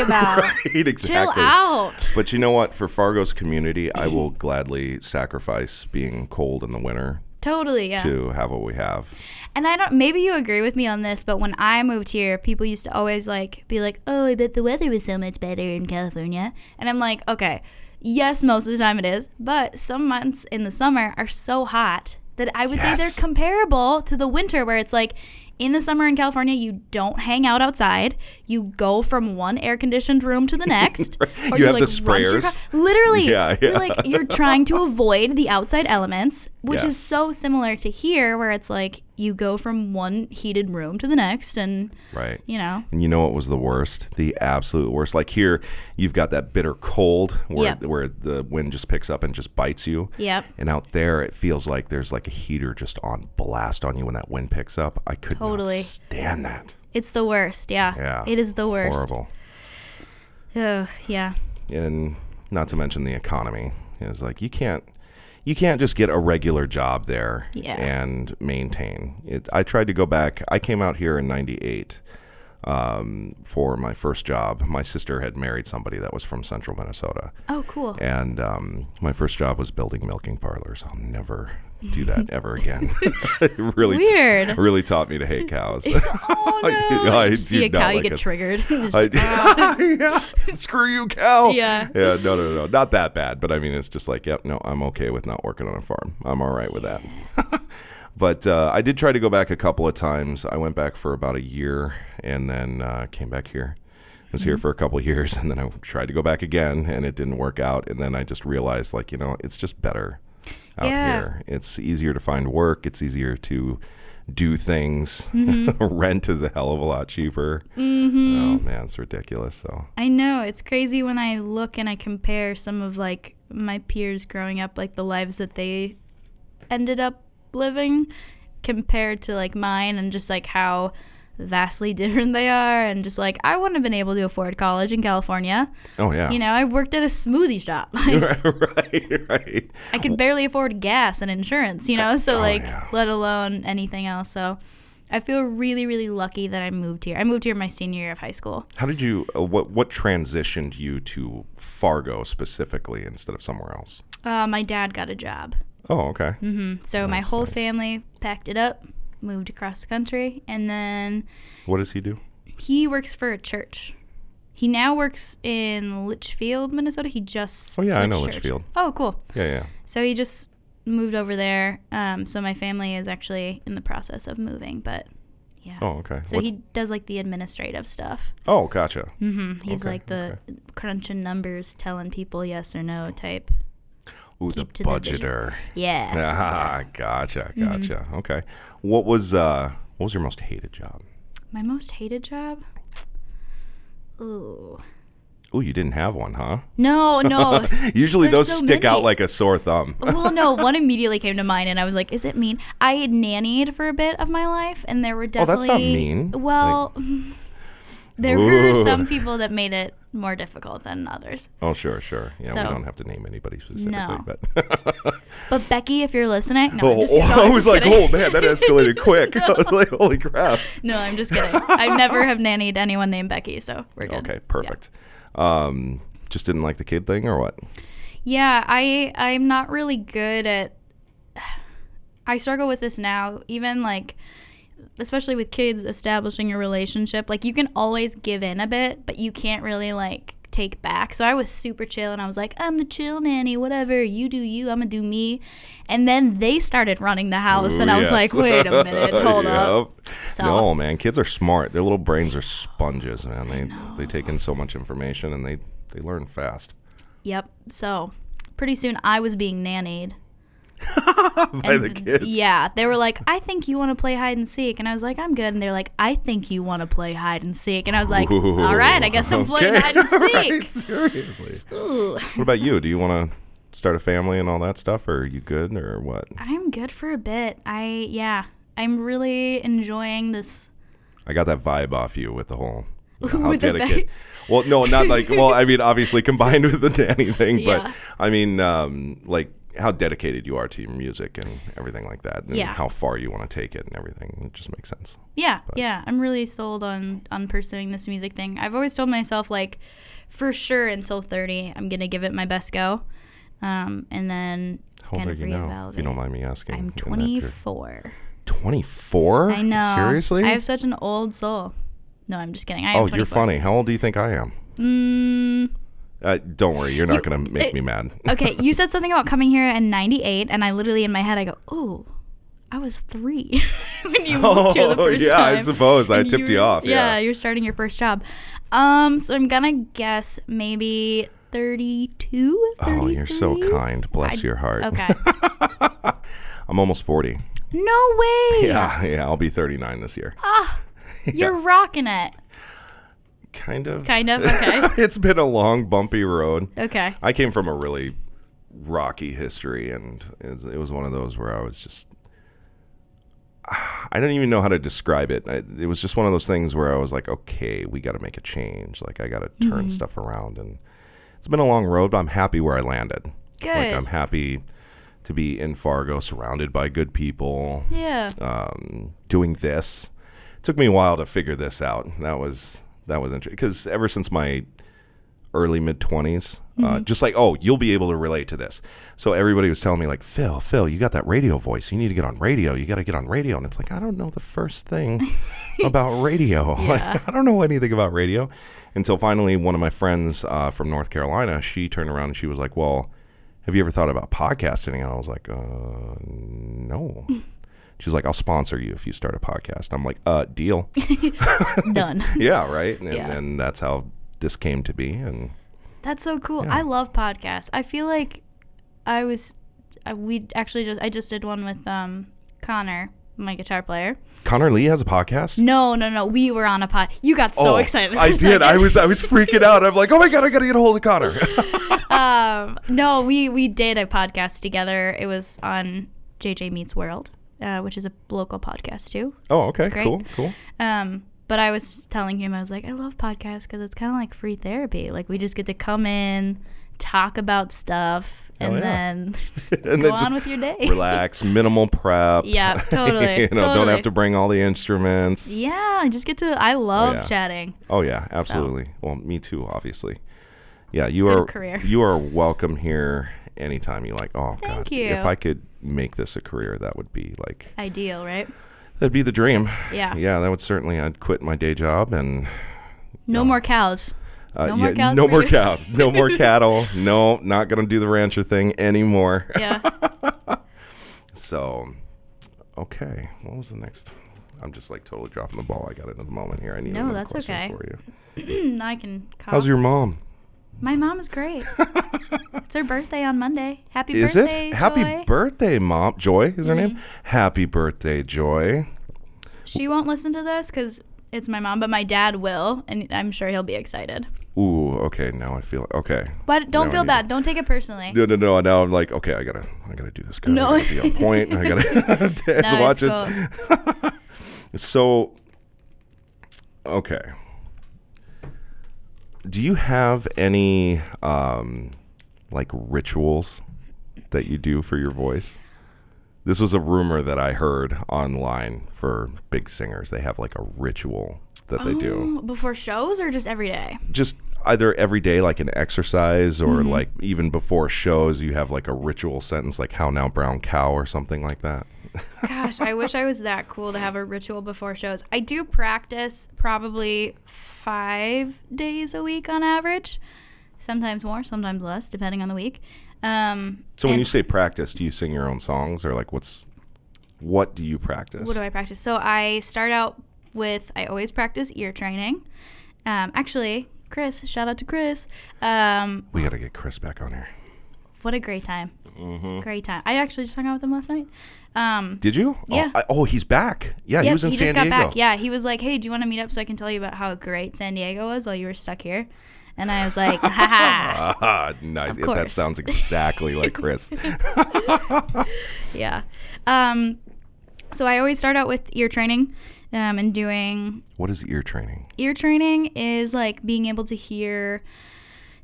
Speaker 5: about?
Speaker 1: exactly.
Speaker 5: Chill out. Mm-hmm.
Speaker 1: But you know what? For Fargo's community, I will gladly sacrifice being cold in the winter
Speaker 5: Totally, yeah.
Speaker 1: to have what we have.
Speaker 5: And I don't maybe you agree with me on this, but when I moved here, people used to always like be like, "Oh, I bet the weather was so much better in California." And I'm like, "Okay, yes, most of the time it is, but some months in the summer are so hot that I would say
Speaker 1: Yes.
Speaker 5: they're comparable to the winter where it's like in the summer in California, you don't hang out outside. You go from one air conditioned room to the next.
Speaker 1: You have the
Speaker 5: run to your
Speaker 1: sprayers.
Speaker 5: car- Literally,
Speaker 1: Yeah,
Speaker 5: you're
Speaker 1: yeah.
Speaker 5: like you're trying to avoid the outside elements, which
Speaker 1: Yeah.
Speaker 5: is so similar to here, where it's like you go from one heated room to the next, and
Speaker 1: Right.
Speaker 5: you know,
Speaker 1: And you know what was the worst? The absolute worst. Like here, you've got that bitter cold where
Speaker 5: Yep.
Speaker 1: where the wind just picks up and just bites you.
Speaker 5: Yep.
Speaker 1: And out there, it feels like there's like a heater just on blast on you when that wind picks up. I could
Speaker 5: Totally.
Speaker 1: not stand that.
Speaker 5: it's the worst. Yeah,
Speaker 1: Yeah.
Speaker 5: it is the worst.
Speaker 1: Horrible.
Speaker 5: Ugh, yeah,
Speaker 1: And not to mention the economy. It's like you can't you can't just get a regular job there
Speaker 5: Yeah.
Speaker 1: and maintain it. I tried to go back. I came out here in '98 um, for my first job. My sister had married somebody that was from Central Minnesota.
Speaker 5: Oh, cool.
Speaker 1: And um, my first job was building milking parlors. I'll never do that ever again. it really t-
Speaker 5: Weird.
Speaker 1: really taught me to hate cows.
Speaker 5: Oh
Speaker 1: I- I
Speaker 5: You
Speaker 1: do
Speaker 5: see a
Speaker 1: not
Speaker 5: cow, you
Speaker 1: like
Speaker 5: get
Speaker 1: it.
Speaker 5: triggered. Just
Speaker 1: I,
Speaker 5: like,
Speaker 1: yeah, screw you, cow.
Speaker 5: Yeah.
Speaker 1: Yeah. No, no, no, not that bad. But I mean, it's just like, yep. No, I'm okay with not working on a farm. I'm all right with that. but uh, I did try to go back a couple of times. I went back for about a year, and then uh, came back here. Was
Speaker 5: Mm-hmm.
Speaker 1: here for a couple of years, and then I tried to go back again, and it didn't work out. And then I just realized, like, you know, it's just better out
Speaker 5: Yeah.
Speaker 1: here. It's easier to find work. It's easier to do things.
Speaker 5: Mm-hmm.
Speaker 1: Rent is a hell of a lot cheaper. Oh man, it's ridiculous. So
Speaker 5: I know it's crazy when I look and I compare some of like my peers growing up, like the lives that they ended up living compared to like mine, and just like how vastly different they are, and just like I wouldn't have been able to afford college in California.
Speaker 1: oh yeah,
Speaker 5: You know, I worked at a smoothie shop. Like,
Speaker 1: right, right.
Speaker 5: I could barely afford gas and insurance. You know, so like
Speaker 1: Oh, yeah.
Speaker 5: let alone anything else. So. I feel really, really lucky that I moved here. I moved here my senior year of high school.
Speaker 1: How did you? Uh, what what transitioned you to Fargo specifically instead of somewhere else?
Speaker 5: Uh, my dad got a job.
Speaker 1: Oh okay.
Speaker 5: Mm. So my whole family packed it up, moved across the country, and then
Speaker 1: What does he do?
Speaker 5: he works for a church. He now works in Litchfield, Minnesota. He just
Speaker 1: Oh, yeah, I
Speaker 5: switched
Speaker 1: know
Speaker 5: church.
Speaker 1: Litchfield.
Speaker 5: Oh cool.
Speaker 1: Yeah yeah.
Speaker 5: So he just moved over there. Um, so my family is actually in the process of moving, but yeah.
Speaker 1: Oh okay.
Speaker 5: So
Speaker 1: What's-
Speaker 5: he Mm. does like the administrative stuff.
Speaker 1: oh gotcha.
Speaker 5: He's
Speaker 1: Mm-hmm. Okay,
Speaker 5: like the crunching numbers, telling people yes or no type.
Speaker 1: Ooh the
Speaker 5: keep to the Mm-hmm. vision.
Speaker 1: budgeter.
Speaker 5: Yeah.
Speaker 1: Ah, gotcha, gotcha. Okay. What was uh what was your most hated job?
Speaker 5: My most hated job. Ooh.
Speaker 1: Oh, you didn't have one, huh?
Speaker 5: No, no.
Speaker 1: Usually
Speaker 5: There's
Speaker 1: those
Speaker 5: so
Speaker 1: stick out
Speaker 5: many.
Speaker 1: like a sore thumb.
Speaker 5: well, no, one immediately came to mind, and I was like, "Is it mean?" I had nannied for a bit of my life, and there were
Speaker 1: Oh, that's
Speaker 5: definitely
Speaker 1: not mean.
Speaker 5: Well, there were
Speaker 1: Ooh.
Speaker 5: some people that made it more difficult than others.
Speaker 1: Oh, sure, sure. Yeah,
Speaker 5: So-
Speaker 1: we don't have to name anybody specifically,
Speaker 5: No.
Speaker 1: but
Speaker 5: But Becky, if you're listening, no, I'm
Speaker 1: oh,
Speaker 5: just, no,
Speaker 1: I
Speaker 5: I'm
Speaker 1: was
Speaker 5: just
Speaker 1: like,
Speaker 5: kidding.
Speaker 1: oh man, that escalated quick. I was like, holy crap.
Speaker 5: no, I'm just kidding. I never have nannied anyone named Becky, so we're good.
Speaker 1: Okay, perfect. Um, just didn't like the kid thing or what?
Speaker 5: Yeah, I I'm not really good at I struggle with this now, even like especially with kids establishing a relationship. Like you can always give in a bit, but you can't really like take back. So I was super chill and I was like, I'm the chill nanny, whatever, you do you, I'm gonna do me. And then they started running the house and
Speaker 1: Ooh,
Speaker 5: I was
Speaker 1: yes.
Speaker 5: like, wait a minute, hold up.
Speaker 1: Yep.
Speaker 5: So-
Speaker 1: No, man, kids are smart. Their little brains are sponges, man. They they take in so much information and they they learn fast.
Speaker 5: Yep. So pretty soon I was being nannied.
Speaker 1: By the kids.
Speaker 5: Yeah, they were like, "I think you want to play hide and seek," and I was like, "I'm good." And they're like, "I think you want to play hide and seek," and I was like,
Speaker 1: Ooh,
Speaker 5: "All right, I guess I'm playing
Speaker 1: okay.
Speaker 5: hide and seek."
Speaker 1: Seriously. What about you? Do you want to start a family and all that stuff, or are you good, or what?
Speaker 5: I'm good for a bit. I yeah, I'm really enjoying this.
Speaker 1: I got that vibe off you with the whole. you know,
Speaker 5: With the
Speaker 1: get a
Speaker 5: ba-
Speaker 1: kid. Well, no, not like. Well, I mean, obviously combined with the nanny thing,
Speaker 5: Yeah.
Speaker 1: but I mean, um, like how dedicated you are to your music and everything like that, and
Speaker 5: Yeah.
Speaker 1: how far you want to take it and everything. It just makes sense.
Speaker 5: Yeah, yeah, I'm really sold on on pursuing this music thing. I've always told myself like, for sure until 30, I'm gonna give it my best go, um, and then
Speaker 1: How old
Speaker 5: kind
Speaker 1: are
Speaker 5: of
Speaker 1: you now? If you
Speaker 5: reevaluate.
Speaker 1: don't mind me asking.
Speaker 5: I'm 24.
Speaker 1: Twenty-four.
Speaker 5: I know.
Speaker 1: Seriously?
Speaker 5: I have such an old soul. No, I'm just kidding. I am
Speaker 1: oh, you're
Speaker 5: 24.
Speaker 1: funny. How old do you think I am?
Speaker 5: Mm.
Speaker 1: Uh, don't worry, you're not going to make me mad.
Speaker 5: okay, you said something about coming here in 98, and I literally in my head, I go, ooh, I was three when you moved here the
Speaker 1: Oh,
Speaker 5: first
Speaker 1: yeah,
Speaker 5: time.
Speaker 1: I suppose. I
Speaker 5: And
Speaker 1: tipped you off, yeah.
Speaker 5: you're starting your first job. Um, So I'm going to guess maybe 32,
Speaker 1: Oh, you're so
Speaker 5: 33?
Speaker 1: kind. Bless your heart.
Speaker 5: Okay.
Speaker 1: I'm almost 40.
Speaker 5: no way.
Speaker 1: Yeah, yeah, I'll be 39 this year.
Speaker 5: Uh, You're rocking it.
Speaker 1: kind of.
Speaker 5: Kind of. Okay.
Speaker 1: It's been a long, bumpy road.
Speaker 5: Okay.
Speaker 1: I came from a really rocky history, and it it was one of those where I was just. I don't even know how to describe it. I, it was just one of those things where I was like, okay, we got to make a change. Like, I got to turn stuff around. And it's been a long road, but I'm happy where I landed. Like,
Speaker 5: Good.
Speaker 1: I'm happy to be in Fargo, surrounded by good people,
Speaker 5: Yeah.
Speaker 1: um, doing this. It took me a while to figure this out. That was that was interesting because ever since my early mid 20s uh, just like oh you'll be able to relate to this so everybody was telling me like phil phil you got that radio voice you need to get on radio you got to get on radio and it's like i don't know the first thing about radio Like, i don't know anything about radio until finally one of my friends uh, from north carolina she turned around and she was like well have you ever thought about podcasting and i was like uh, no she's like i'll sponsor you if you start a podcast i'm like uh deal
Speaker 5: Done.
Speaker 1: yeah right and,
Speaker 5: Yeah.
Speaker 1: and that's how this came to be and
Speaker 5: That's so cool. I love podcasts. I feel like I was I, we actually just I just did one with um Connor, my guitar player.
Speaker 1: Connor Lee has a podcast.
Speaker 5: No, no, no. We were on a pod. You got so excited. for
Speaker 1: Oh, I
Speaker 5: a
Speaker 1: did.
Speaker 5: second.
Speaker 1: I was I was freaking out. I'm like, oh my god, I gotta get a hold of Connor.
Speaker 5: Um, no, we we did a podcast together. It was on JJ Meets World, uh, which is a local podcast too.
Speaker 1: oh, okay,
Speaker 5: great.
Speaker 1: cool, cool.
Speaker 5: Um, but I was telling him I was like, I love podcasts because it's kind of like free therapy. Like we just get to come in, talk about stuff, and
Speaker 1: yeah.
Speaker 5: then
Speaker 1: And
Speaker 5: go on with your day.
Speaker 1: relax, minimal prep.
Speaker 5: Yeah, totally,
Speaker 1: you know, don't have
Speaker 5: totally.
Speaker 1: to bring all the instruments.
Speaker 5: Yeah, I just get to. I love
Speaker 1: yeah.
Speaker 5: chatting.
Speaker 1: Oh yeah, absolutely. Well, me too, obviously. Yeah, you
Speaker 5: been a
Speaker 1: are
Speaker 5: career.
Speaker 1: you are welcome here anytime you like. Oh god.
Speaker 5: Thank
Speaker 1: If
Speaker 5: you.
Speaker 1: I could make this a career, that would be like
Speaker 5: Ideal, right?
Speaker 1: that'd be the dream.
Speaker 5: Yeah.
Speaker 1: Yeah, that would certainly I'd quit my day job and
Speaker 5: No more cows.
Speaker 1: uh,
Speaker 5: No more cows
Speaker 1: no
Speaker 5: for
Speaker 1: more
Speaker 5: you.
Speaker 1: cows, no more cattle. No, not gonna do the rancher thing anymore.
Speaker 5: Yeah.
Speaker 1: So, okay, what was the next? I'm just like totally dropping the ball. I got it in the moment here. I need
Speaker 5: No,
Speaker 1: another
Speaker 5: that's
Speaker 1: question
Speaker 5: okay.
Speaker 1: for you.
Speaker 5: now Mm, I can. Cough.
Speaker 1: How's your mom?
Speaker 5: My mom is great. it's her birthday on Monday. Happy
Speaker 1: Is
Speaker 5: birthday.
Speaker 1: it? Happy
Speaker 5: Joy. Mm-hmm.
Speaker 1: birthday, mom. Joy is her name. Happy birthday, Joy.
Speaker 5: She won't listen to this because it's my mom, but my dad will, and I'm sure he'll be excited.
Speaker 1: Ooh, okay. Now I feel okay.
Speaker 5: But don't
Speaker 1: No,
Speaker 5: feel
Speaker 1: you-
Speaker 5: bad. Don't take it personally.
Speaker 1: No, no, no. Now I'm like, okay, I gotta, I gotta do this. Guy.
Speaker 5: No.
Speaker 1: I gotta be on point. I gotta. Dad's
Speaker 5: No, it's
Speaker 1: watching. So, okay. Do you have any um, like rituals that you do for your voice? This was a rumor that I heard online for big singers. They have like a ritual that they do.
Speaker 5: cool. Before shows or just every day?
Speaker 1: Just either every day, like an exercise, or like even before shows, you have like a ritual sentence, like "How now, brown cow" or something like that.
Speaker 5: Gosh, I wish I was that cool to have a ritual before shows. I do practice probably five days a week on average, sometimes more, sometimes less, depending on the week. Um,
Speaker 1: So when
Speaker 5: and-
Speaker 1: you say practice, do you sing your own songs, or like what's what do you practice?
Speaker 5: What do I practice? So I start out with I always practice ear training. Um, actually, Chris, shout out to Chris. Um,
Speaker 1: We got to get Chris back on here.
Speaker 5: what a great time! Great time. I actually just hung out with him last night. Um,
Speaker 1: Did you?
Speaker 5: Yeah.
Speaker 1: Oh, I- oh, he's back. Yeah, he
Speaker 5: yep,
Speaker 1: was in
Speaker 5: he
Speaker 1: San
Speaker 5: just
Speaker 1: Diego.
Speaker 5: got back. Yeah, he was like, "Hey, do you want to meet up so I can tell you about how great San Diego was while you were stuck here?" And I was like, "Ha ha."
Speaker 1: Ah, nice.
Speaker 5: Of
Speaker 1: that
Speaker 5: course.
Speaker 1: sounds exactly like Chris.
Speaker 5: Yeah. Um, so I always start out with ear training, um, and doing
Speaker 1: what is ear training?
Speaker 5: ear training is like being able to hear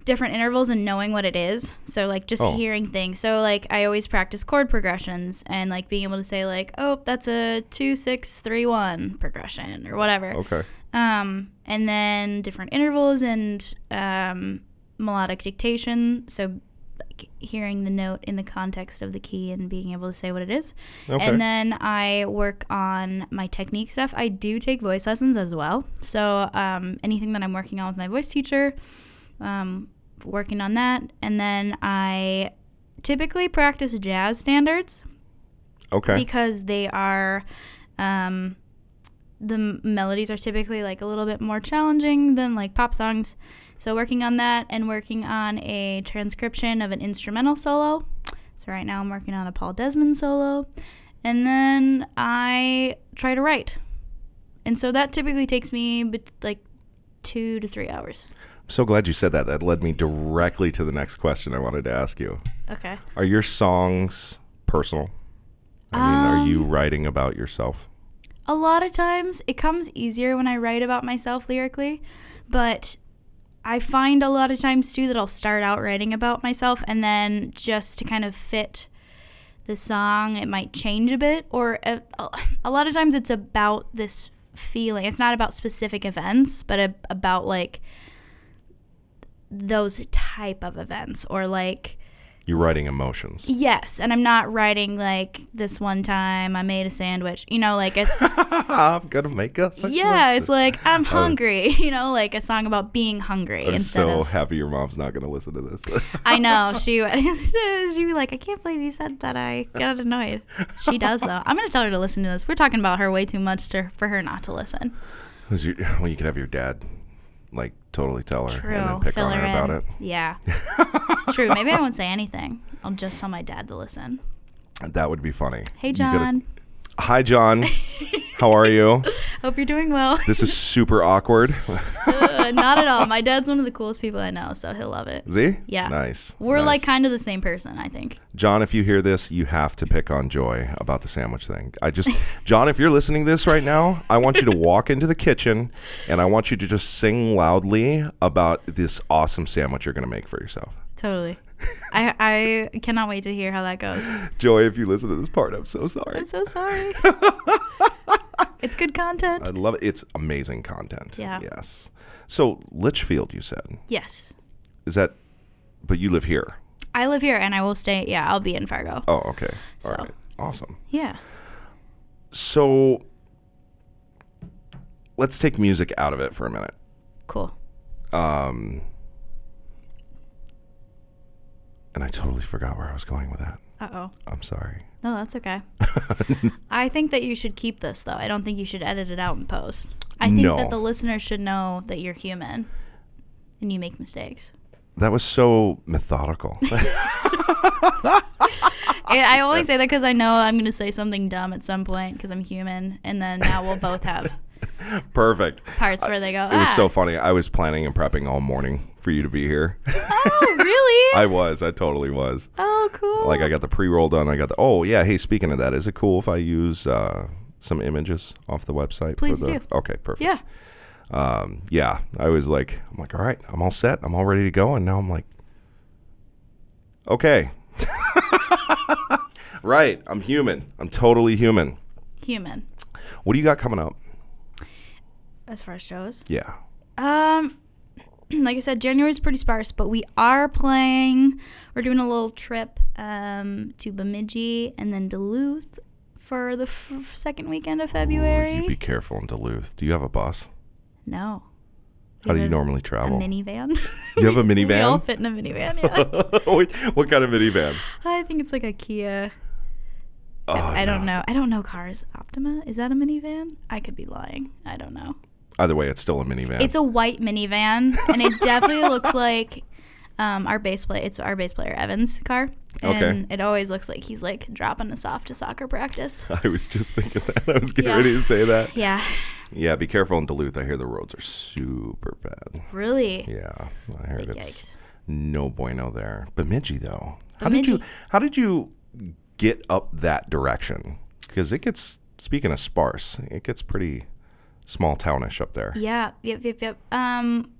Speaker 5: different intervals and knowing what it is. So like just
Speaker 1: Oh.
Speaker 5: hearing things. So like I always practice chord progressions and like being able to say like, oh, that's a two six three one progression or whatever.
Speaker 1: Okay.
Speaker 5: Um, and then different intervals and um, melodic dictation. So like hearing the note in the context of the key and being able to say what it is.
Speaker 1: Okay.
Speaker 5: And then I work on my technique stuff. I do take voice lessons as well. So um, anything that I'm working on with my voice teacher, um, working on that. And then I typically practice jazz standards
Speaker 1: Okay.
Speaker 5: because they are um, the m- melodies are typically like a little bit more challenging than like pop songs so working on that and working on a transcription of an instrumental solo so right now i'm working on a paul desmond solo and then i try to write and so that typically takes me bet- like two to three hours
Speaker 1: I'm so glad you said that. That led me directly to the next question I wanted to ask you.
Speaker 5: okay
Speaker 1: Are your songs personal? I mean,
Speaker 5: Um,
Speaker 1: are you writing about yourself?
Speaker 5: a lot of times it comes easier when I write about myself lyrically, but I find a lot of times too that I'll start out writing about myself and then just to kind of fit the song, it might change a bit. Or a, a lot of times it's about this feeling. It's not about specific events, but a, about like those type of events or like
Speaker 1: You're writing emotions.
Speaker 5: yes and i'm not writing like this one time i made a sandwich you know like it's
Speaker 1: I'm gonna make us.
Speaker 5: yeah, it's like I'm
Speaker 1: uh,
Speaker 5: hungry, you know, like a song about being hungry
Speaker 1: I'm
Speaker 5: instead
Speaker 1: so
Speaker 5: of.
Speaker 1: happy your mom's not gonna listen to this.
Speaker 5: I know she she be like, I can't believe you said that. I got annoyed. She does though. I'm gonna tell her to listen to this. We're talking about her way too much to, for her not to listen.
Speaker 1: Who's your- well, you could have your dad like totally tell her
Speaker 5: True.
Speaker 1: and then pick
Speaker 5: Fill
Speaker 1: on her,
Speaker 5: her
Speaker 1: about
Speaker 5: in.
Speaker 1: it.
Speaker 5: Yeah. True. Maybe I won't say anything. I'll just tell my dad to listen.
Speaker 1: That would be funny.
Speaker 5: Hey,
Speaker 1: You gotta-
Speaker 5: John.
Speaker 1: Hi, John. How are you?
Speaker 5: Hope you're doing well.
Speaker 1: This is super awkward.
Speaker 5: Uh, not at all. My dad's one of the coolest people I know, so he'll love it.
Speaker 1: Z?
Speaker 5: Yeah.
Speaker 1: Nice.
Speaker 5: We're
Speaker 1: nice.
Speaker 5: like kind of the same person, I think.
Speaker 1: John, if you hear this, you have to pick on Joy about the sandwich thing. I just, John, if you're listening to this right now, I want you to walk into the kitchen and I want you to just sing loudly about this awesome sandwich you're going to make for yourself.
Speaker 5: Totally. I I cannot wait to hear how that goes.
Speaker 1: Joy, if you listen to this part, I'm so sorry.
Speaker 5: I'm so sorry. it's good content.
Speaker 1: I love it. It's amazing content.
Speaker 5: Yeah.
Speaker 1: Yes. So, Litchfield, you said.
Speaker 5: yes.
Speaker 1: Is that, but you live here?
Speaker 5: I live here and I will stay. Yeah, I'll be in Fargo.
Speaker 1: Oh, okay. All
Speaker 5: So-
Speaker 1: right. Awesome.
Speaker 5: Yeah.
Speaker 1: So, let's take music out of it for a minute.
Speaker 5: Cool.
Speaker 1: Um, and I totally forgot where I was going with that.
Speaker 5: Uh oh.
Speaker 1: I'm sorry.
Speaker 5: No, that's okay. I think that you should keep this, though. I don't think you should edit it out and post. I think
Speaker 1: No.
Speaker 5: that the listener should know that you're human and you make mistakes.
Speaker 1: That was so methodical.
Speaker 5: I, I only say that because I know I'm going to say something dumb at some point because I'm human. And then now we'll both have
Speaker 1: Perfect.
Speaker 5: parts where they go,
Speaker 1: It was
Speaker 5: ah,
Speaker 1: so funny. I was planning and prepping all morning for you to be here.
Speaker 5: oh, really?
Speaker 1: I was. I totally was.
Speaker 5: oh, cool.
Speaker 1: Like I got the pre-roll done. I got the. Oh yeah. Hey, speaking of that, is it cool if I use uh, some images off the website?
Speaker 5: Please
Speaker 1: for the,
Speaker 5: do.
Speaker 1: Okay. Perfect.
Speaker 5: yeah.
Speaker 1: Um, yeah. I was like, I'm like, all right, I'm all set. I'm all ready to go. And now I'm like, okay. right. I'm human. I'm totally human.
Speaker 5: Human.
Speaker 1: What do you got coming up?
Speaker 5: As far as shows.
Speaker 1: Yeah.
Speaker 5: Um, like I said, January's pretty sparse, but we are playing. We're doing a little trip um, to Bemidji and then Duluth for the f- second weekend of
Speaker 1: Ooh,
Speaker 5: February.
Speaker 1: you be careful in Duluth. Do you have a bus?
Speaker 5: no.
Speaker 1: How do you
Speaker 5: a-
Speaker 1: normally
Speaker 5: A
Speaker 1: travel?
Speaker 5: minivan.
Speaker 1: You have a
Speaker 5: we all
Speaker 1: minivan?
Speaker 5: fit in a minivan. Yeah.
Speaker 1: Wait, what kind of minivan?
Speaker 5: I think it's like a Kia.
Speaker 1: Oh,
Speaker 5: I don't
Speaker 1: no.
Speaker 5: know. I don't know cars. Optima is that a minivan? I could be lying. I don't know.
Speaker 1: Either way, it's still a minivan.
Speaker 5: It's a white minivan, and it definitely looks like um, our bass player. It's our bass player Evan's car, and
Speaker 1: Okay.
Speaker 5: it always looks like he's like dropping us off to soccer practice.
Speaker 1: I was just thinking that. I was getting
Speaker 5: Yeah.
Speaker 1: ready to say that.
Speaker 5: Yeah,
Speaker 1: Yeah, be careful in Duluth. I hear the roads are super bad.
Speaker 5: really.
Speaker 1: Yeah, I heard
Speaker 5: Like,
Speaker 1: it's
Speaker 5: yikes.
Speaker 1: no bueno there. Bemidji though. How did you how did you get up that direction? Because it gets speaking of sparse, it gets pretty small townish up there.
Speaker 5: Yeah. Yep. Yep. Yep. Um,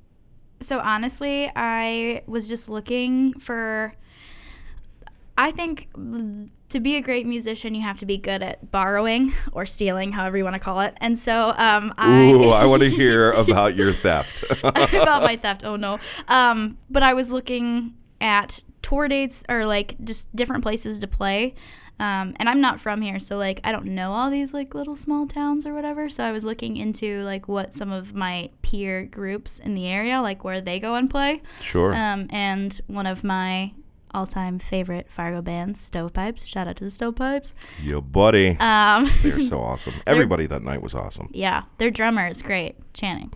Speaker 5: so honestly, I was just looking for. I think mm, to be a great musician, you have to be good at borrowing or stealing, however you want to call it. And so um, I.
Speaker 1: Ooh, I want to hear about your theft.
Speaker 5: about my theft. Oh no. Um, but I was looking at tour dates or like just different places to play. Um, and I'm not from here, so like I don't know all these like little small towns or whatever. So I was looking into like what some of my peer groups in the area like where they go and play.
Speaker 1: sure.
Speaker 5: Um, and one of my all-time favorite Fargo bands, Stovepipes. Shout out to the Stovepipes.
Speaker 1: Your buddy.
Speaker 5: Um,
Speaker 1: They're so awesome. Everybody that night was awesome.
Speaker 5: yeah, their drummer is great, Channing.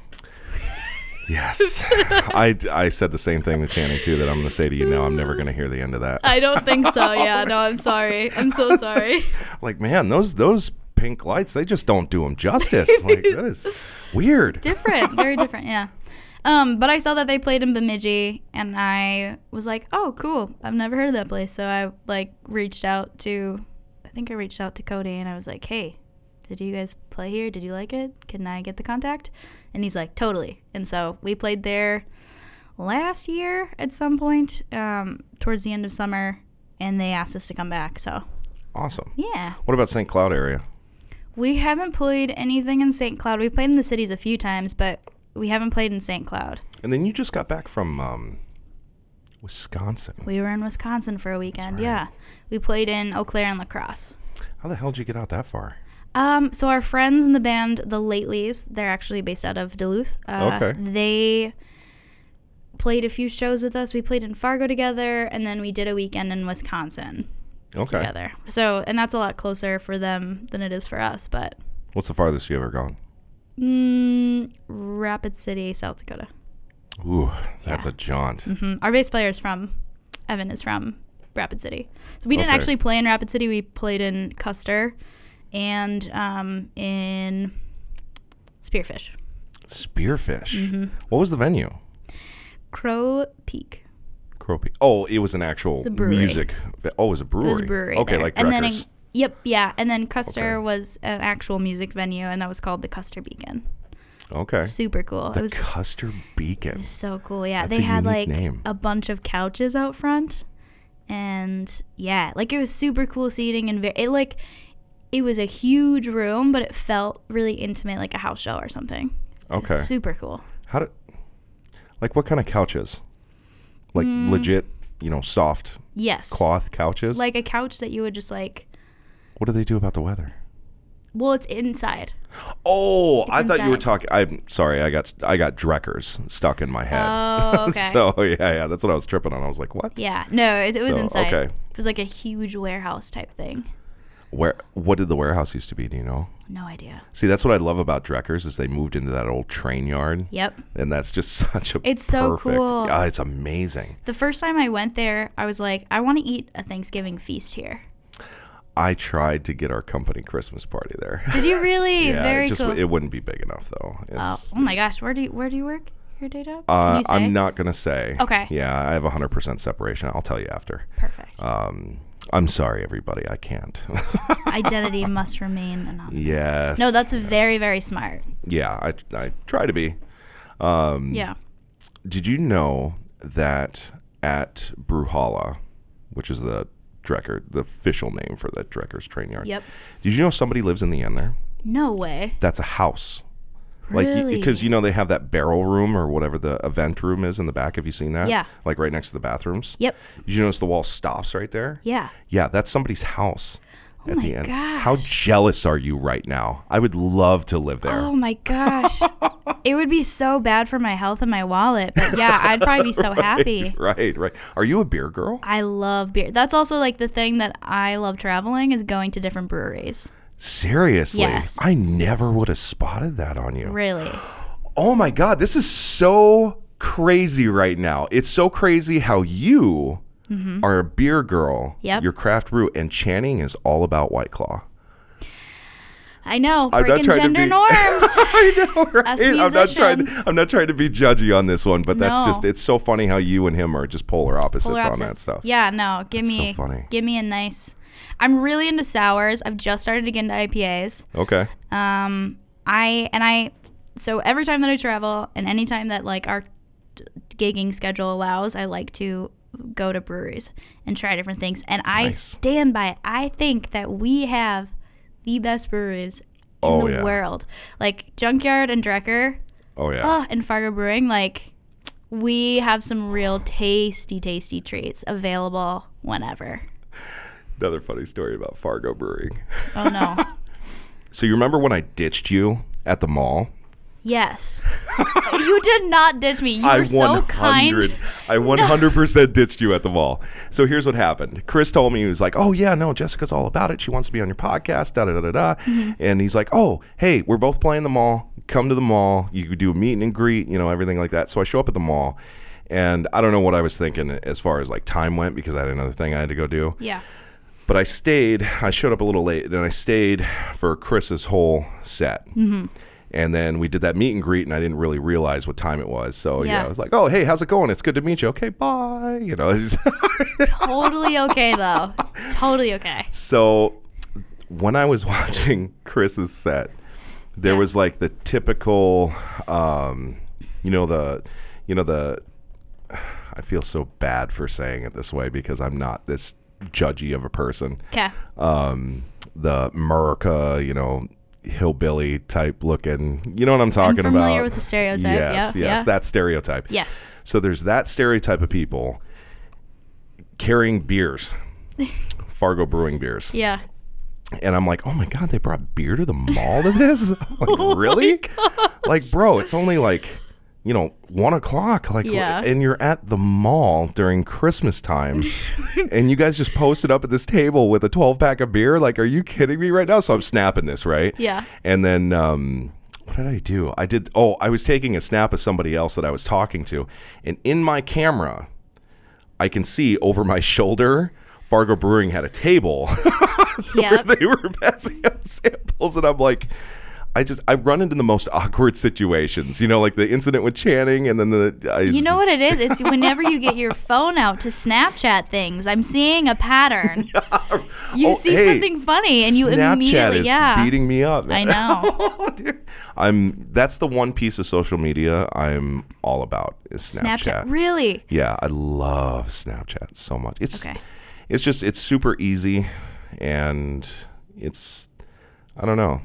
Speaker 1: Yes. I, I said the same thing to Channing too that I'm going to say to you now. I'm never going to hear the end of that.
Speaker 5: I don't think so. Yeah, no, I'm sorry. I'm so sorry.
Speaker 1: like man, those those pink lights, they just don't do them justice. like that is weird.
Speaker 5: different, very different. Yeah. Um, but I saw that they played in Bemidji, and I was like, "Oh, cool! I've never heard of that place." So I like reached out to, I think I reached out to Cody, and I was like, "Hey, did you guys play here? Did you like it? Can I get the contact?" And he's like, "Totally." And so we played there last year at some point, um, towards the end of summer, and they asked us to come back. So
Speaker 1: Awesome.
Speaker 5: yeah.
Speaker 1: What about St. Cloud area?
Speaker 5: We haven't played anything in St. Cloud. We played in the cities a few times, but we haven't played in St. Cloud.
Speaker 1: And then you just got back from um, Wisconsin.
Speaker 5: We were in Wisconsin for a weekend. Yeah. We played in Eau Claire and Lacrosse.
Speaker 1: How the hell did you get out that far?
Speaker 5: Um, so our friends in the band, the Latelys, they're actually based out of Duluth. Uh,
Speaker 1: Okay.
Speaker 5: They played a few shows with us. We played in Fargo together, and then we did a weekend in Wisconsin
Speaker 1: Okay.
Speaker 5: together. So, and that's a lot closer for them than it is for us. But
Speaker 1: What's the farthest you ever gone?
Speaker 5: mm, Rapid City, South Dakota.
Speaker 1: Ooh, that's a jaunt.
Speaker 5: Mm, Our bass player is from Evan is from Rapid City, so we didn't
Speaker 1: Okay.
Speaker 5: actually play in Rapid City. We played in Custer and um, in Spearfish,
Speaker 1: Spearfish.
Speaker 5: Mm-hmm.
Speaker 1: What was the venue?
Speaker 5: Crow Peak.
Speaker 1: Crope. Oh, it was an actual
Speaker 5: a brewery.
Speaker 1: music. ve- Oh, it was a brewery.
Speaker 5: It was a brewery.
Speaker 1: Okay,
Speaker 5: there.
Speaker 1: like
Speaker 5: and then
Speaker 1: Dreckers.
Speaker 5: in- Yep, yeah, and then Custer
Speaker 1: Okay.
Speaker 5: was an actual music venue, and that was called the Custer Beacon.
Speaker 1: okay.
Speaker 5: Super cool.
Speaker 1: The
Speaker 5: it was
Speaker 1: Custer Beacon.
Speaker 5: so cool. Yeah,
Speaker 1: That's
Speaker 5: they
Speaker 1: a
Speaker 5: had
Speaker 1: unique
Speaker 5: like
Speaker 1: name.
Speaker 5: a bunch of couches out front, and yeah, like it was super cool seating and very it like it was a huge room, but it felt really intimate, like a house show or something.
Speaker 1: Okay.
Speaker 5: Super cool.
Speaker 1: How did? Like, what kind of couches? Like
Speaker 5: Hmm.
Speaker 1: legit, you know, soft
Speaker 5: Yes.
Speaker 1: cloth couches.
Speaker 5: Like a couch that you would just like.
Speaker 1: what do they do about the weather?
Speaker 5: Well, it's inside.
Speaker 1: Oh, I thought you were
Speaker 5: inside.
Speaker 1: talking. I'm sorry, I got I got Dreckers stuck in my head.
Speaker 5: Oh, okay.
Speaker 1: so yeah, yeah, that's what I was tripping on. I was like, what?
Speaker 5: Yeah. No, it, it was
Speaker 1: So,
Speaker 5: inside.
Speaker 1: okay.
Speaker 5: It was like a huge warehouse type thing.
Speaker 1: Where? What did the warehouse used to be? Do you know?
Speaker 5: No idea.
Speaker 1: See, that's what I love about Dreckers is they moved into that old train yard.
Speaker 5: Yep.
Speaker 1: And that's just such a
Speaker 5: It's so
Speaker 1: perfect-
Speaker 5: cool.
Speaker 1: Yeah, it's amazing.
Speaker 5: The first time I went there, I was like, I want to eat a Thanksgiving feast here.
Speaker 1: I tried to get our company Christmas party there.
Speaker 5: Did you really?
Speaker 1: yeah,
Speaker 5: Very
Speaker 1: it just
Speaker 5: cool.
Speaker 1: it wouldn't be big enough though.
Speaker 5: Oh,
Speaker 1: It's-
Speaker 5: oh my gosh, where do you where do you work? Your day job?
Speaker 1: Uh,
Speaker 5: Can you say?
Speaker 1: I'm not gonna say.
Speaker 5: Okay.
Speaker 1: Yeah, I have a hundred percent separation. I'll tell you after.
Speaker 5: perfect.
Speaker 1: Um, I'm sorry, everybody. I can't.
Speaker 5: Identity must remain anonymous.
Speaker 1: yes.
Speaker 5: No, that's very very smart.
Speaker 1: Yeah, I I try to be. Mm.
Speaker 5: Yeah.
Speaker 1: Did you know that at Bruhalla, which is the Drecker, the official name for the Drecker's train yard?
Speaker 5: Yep.
Speaker 1: Did you know somebody lives in the end there?
Speaker 5: No way.
Speaker 1: That's a house. Like,
Speaker 5: Really?
Speaker 1: because you know they have that barrel room or whatever the event room is in the back. Have you seen that?
Speaker 5: Yeah.
Speaker 1: Like right next to the bathrooms.
Speaker 5: Yep.
Speaker 1: Did you notice the wall stops right there?
Speaker 5: Yeah.
Speaker 1: Yeah, that's somebody's house. Oh at
Speaker 5: my
Speaker 1: the end. How jealous are you right now? I would love to live there.
Speaker 5: Oh my gosh. it would be so bad for my health and my wallet, but yeah, I'd probably be so happy.
Speaker 1: Right, right. Are you a beer girl?
Speaker 5: I love beer. That's also like the thing that I love traveling is going to different breweries.
Speaker 1: Seriously.
Speaker 5: Yes.
Speaker 1: I never would have spotted that on you.
Speaker 5: Really.
Speaker 1: Oh my God, this is so crazy right now. It's so crazy how you are a beer girl,
Speaker 5: Mm-hmm. Yep.
Speaker 1: your craft brew, and Channing is all about White Claw.
Speaker 5: I know.
Speaker 1: I'm not trying
Speaker 5: Freaking
Speaker 1: to
Speaker 5: gender
Speaker 1: be-
Speaker 5: norms.
Speaker 1: I know, right?
Speaker 5: Us
Speaker 1: I'm not trying.
Speaker 5: musicians.
Speaker 1: I'm not trying to be judgy on this one, but that's
Speaker 5: No.
Speaker 1: just—it's so funny how you and him are just polar opposites,
Speaker 5: Polar
Speaker 1: on that
Speaker 5: opposites.
Speaker 1: stuff.
Speaker 5: Yeah, no. Give
Speaker 1: That's so
Speaker 5: me
Speaker 1: funny.
Speaker 5: give me a nice I'm really into sours. I've just started to get into IPAs.
Speaker 1: Okay.
Speaker 5: Um I and I so every time that I travel and any time that like our d- gigging schedule allows, I like to go to breweries and try different things and I
Speaker 1: Nice.
Speaker 5: stand by it. I think that we have the best breweries in
Speaker 1: Oh,
Speaker 5: the
Speaker 1: yeah.
Speaker 5: world. Like Junkyard and Drecker,
Speaker 1: Oh yeah.
Speaker 5: Oh, and Fargo Brewing, like we have some real tasty, tasty treats available whenever.
Speaker 1: Another funny story about Fargo Brewing.
Speaker 5: Oh no.
Speaker 1: So you remember when I ditched you at the mall?
Speaker 5: yes. you did not ditch me. You
Speaker 1: I
Speaker 5: were so kind.
Speaker 1: I 100% ditched you at the mall. So here's what happened. Chris told me he was like, "Oh yeah, no, Jessica's all about it. She wants to be on your podcast." Da da da da da.
Speaker 5: Mm-hmm.
Speaker 1: And he's like, "Oh, hey, we're both playing the mall. Come to the mall. You could do a meet and greet. You know everything like that." So I show up at the mall, and I don't know what I was thinking as far as like time went because I had another thing I had to go do.
Speaker 5: Yeah.
Speaker 1: But I stayed. I showed up a little late, and I stayed for Chris's whole set. Mm-hmm. And then we did that meet and greet, and I didn't really realize what time it was. So yeah,
Speaker 5: Yeah.
Speaker 1: I was like, "Oh, hey, how's it going? It's good to meet you. Okay, bye." You know.
Speaker 5: Totally okay though. Totally okay.
Speaker 1: so when I was watching Chris's set, there was like the typical, um, you know the, you know the. I feel so bad for saying it this way because I'm not this judgy of a person.
Speaker 5: Okay.
Speaker 1: um, the Murica, you know, hillbilly type looking. You know what I'm talking
Speaker 5: familiar
Speaker 1: about?
Speaker 5: with the stereotype,
Speaker 1: Yes,
Speaker 5: yeah,
Speaker 1: yes,
Speaker 5: yeah.
Speaker 1: that stereotype.
Speaker 5: Yes.
Speaker 1: So there's that stereotype of people carrying beers, Fargo Brewing beers,
Speaker 5: Yeah.
Speaker 1: and I'm like, oh my god, they brought beer to the mall to this? I'm like, really? like, bro, it's only like. You know, one o'clock, like,
Speaker 5: Yeah.
Speaker 1: and you're at the mall during Christmas time, and you guys just posted up at this table with a 12 pack of beer. Like, are you kidding me right now? So I'm snapping this, right?
Speaker 5: Yeah.
Speaker 1: And then um, what did I do? I did. Oh, I was taking a snap of somebody else that I was talking to, and in my camera, I can see over my shoulder. Fargo Brewing had a table
Speaker 5: Yep.
Speaker 1: they were passing out samples, and I'm like, I just I run into the most awkward situations. You know, like the incident with Channing, and then the I,
Speaker 5: You know what it is? It's whenever you get your phone out to Snapchat things. I'm seeing a pattern. You
Speaker 1: Oh,
Speaker 5: see
Speaker 1: hey,
Speaker 5: something funny and you
Speaker 1: Snapchat
Speaker 5: immediately
Speaker 1: is
Speaker 5: yeah.
Speaker 1: beating me up.
Speaker 5: I know.
Speaker 1: I'm that's the one piece of social media I'm all about is Snapchat.
Speaker 5: Snapchat. Really?
Speaker 1: Yeah, I love Snapchat so much. It's
Speaker 5: Okay.
Speaker 1: it's just it's super easy, and it's I don't know.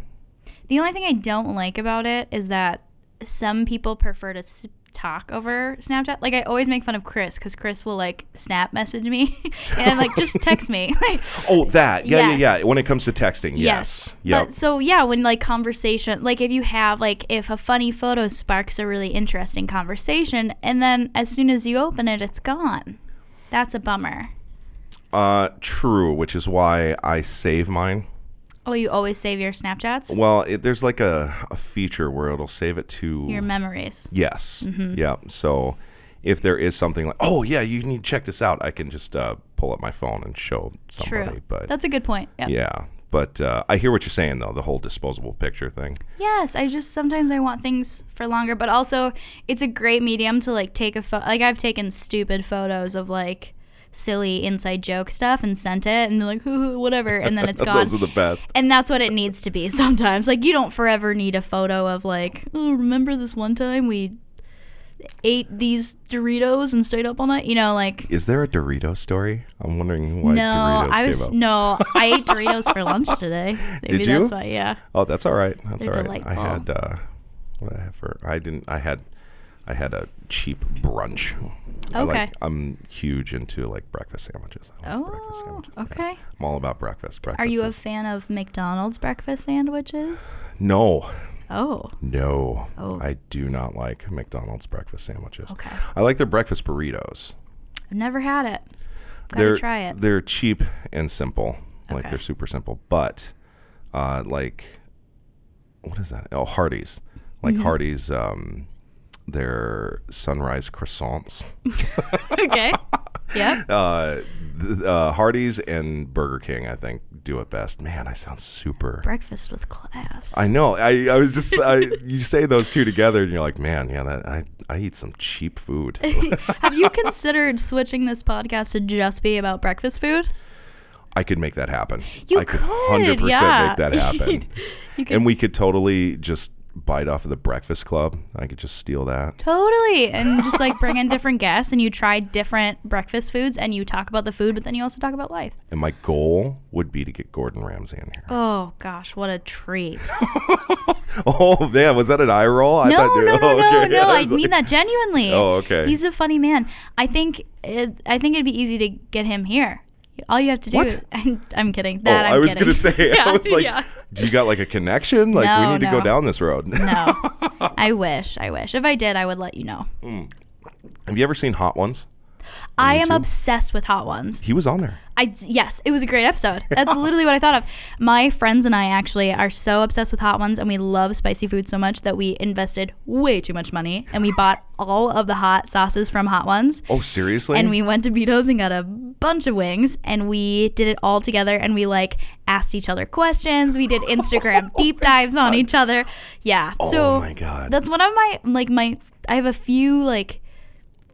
Speaker 5: The only thing I don't like about it is that some people prefer to s- talk over Snapchat. Like I always make fun of Chris because Chris will like snap message me and I'm like just text me. Like,
Speaker 1: Oh, that yeah
Speaker 5: Yes.
Speaker 1: yeah yeah. When it comes to texting, yes, Yep.
Speaker 5: But so yeah, when like conversation, like if you have like if a funny photo sparks a really interesting conversation, and then as soon as you open it, it's gone. That's a bummer.
Speaker 1: Uh, true, which is why I save mine.
Speaker 5: Oh, you always save your Snapchats,
Speaker 1: Well, it, there's like a, a feature where it'll save it to
Speaker 5: your memories.
Speaker 1: yes,
Speaker 5: Mm-hmm.
Speaker 1: yeah. So if there is something like, oh yeah, you need to check this out, I can just uh, pull up my phone and show
Speaker 5: True.
Speaker 1: somebody. But
Speaker 5: That's a good point. Yeah.
Speaker 1: yeah, but uh, I hear what you're saying though, the whole disposable picture thing.
Speaker 5: Yes, I just sometimes I want things for longer, but also it's a great medium to like take a photo. like I've taken stupid photos of like silly inside joke stuff and sent it and like whatever, and then it's gone.
Speaker 1: Those are the best.
Speaker 5: and that's what it needs to be sometimes. Like you don't forever need a photo of like, oh, remember this one time we ate these Doritos and stayed up all night. You know, like
Speaker 1: Is there a Dorito story? I'm wondering why
Speaker 5: no,
Speaker 1: Doritos
Speaker 5: I
Speaker 1: came
Speaker 5: was
Speaker 1: up.
Speaker 5: no, I ate Doritos for lunch today. Maybe
Speaker 1: Did you?
Speaker 5: that's why. Yeah,
Speaker 1: Oh, that's all right. That's
Speaker 5: They're
Speaker 1: all right. I
Speaker 5: delightful. Oh.
Speaker 1: had uh, what did I have for I didn't I had I had a cheap brunch. I
Speaker 5: Okay.
Speaker 1: like, I'm huge into like breakfast sandwiches. I love breakfast
Speaker 5: Oh,
Speaker 1: sandwiches. yeah.
Speaker 5: okay.
Speaker 1: I'm all about breakfast. breakfast
Speaker 5: Are you a
Speaker 1: is-
Speaker 5: fan of McDonald's breakfast sandwiches?
Speaker 1: no,
Speaker 5: Oh,
Speaker 1: no.
Speaker 5: Oh.
Speaker 1: I do not like McDonald's breakfast sandwiches.
Speaker 5: Okay.
Speaker 1: I like their breakfast burritos.
Speaker 5: I've never had it. Gotta
Speaker 1: they're
Speaker 5: try it.
Speaker 1: they're cheap and simple. Like
Speaker 5: Okay.
Speaker 1: they're super simple, but uh, like what is that? Oh, Hardee's. Like
Speaker 5: Mm-hmm.
Speaker 1: Hardee's, um, their sunrise croissants.
Speaker 5: okay. Yep.
Speaker 1: Uh, th- uh, Hardee's and Burger King, I think, do it best. Man, I sound super.
Speaker 5: Breakfast with class.
Speaker 1: I know. I, I was just I, you say those two together, and you're like, man, yeah, that I I eat some cheap food.
Speaker 5: Have you considered switching this podcast to just be about breakfast food?
Speaker 1: I could make that happen.
Speaker 5: You
Speaker 1: I could
Speaker 5: could,
Speaker 1: hundred percent
Speaker 5: yeah.
Speaker 1: make that happen.
Speaker 5: You could
Speaker 1: and we could totally just bite off of the Breakfast Club. I could just steal that.
Speaker 5: Totally. And just like bring in different guests and you try different breakfast foods and you talk about the food, but then you also talk about life.
Speaker 1: And my goal would be to get Gordon Ramsay in here.
Speaker 5: Oh gosh, what a treat.
Speaker 1: Oh man, was that an eye roll? I
Speaker 5: No,
Speaker 1: thought,
Speaker 5: no, no,
Speaker 1: oh,
Speaker 5: no,
Speaker 1: okay.
Speaker 5: no. I
Speaker 1: was like-
Speaker 5: mean that genuinely.
Speaker 1: Oh, okay.
Speaker 5: He's a funny man. I think it, I think it'd be easy to get him here. All you have to do
Speaker 1: What?
Speaker 5: is I'm kidding.
Speaker 1: Oh,
Speaker 5: That I'm
Speaker 1: I was
Speaker 5: kidding.
Speaker 1: gonna say.
Speaker 5: Yeah,
Speaker 1: I was like,
Speaker 5: yeah.
Speaker 1: do you got like a connection? Like we
Speaker 5: No,
Speaker 1: need to go
Speaker 5: no.
Speaker 1: down this road.
Speaker 5: No. I wish. I wish. If I did, I would let you know.
Speaker 1: Have you ever seen Hot Ones?
Speaker 5: I am
Speaker 1: YouTube?
Speaker 5: obsessed with hot ones.
Speaker 1: He was on there.
Speaker 5: I yes, it was a great episode. That's literally what I thought of. My friends and I actually are so obsessed with hot ones, and we love spicy food so much that we invested way too much money, and we bought all of the hot sauces from Hot Ones.
Speaker 1: Oh seriously?
Speaker 5: And we went to Beto's and got a bunch of wings, and we did it all together. And we like asked each other questions. We did Instagram deep dives on each other. Yeah. Oh so
Speaker 1: my God.
Speaker 5: that's one of my like my. I have a few like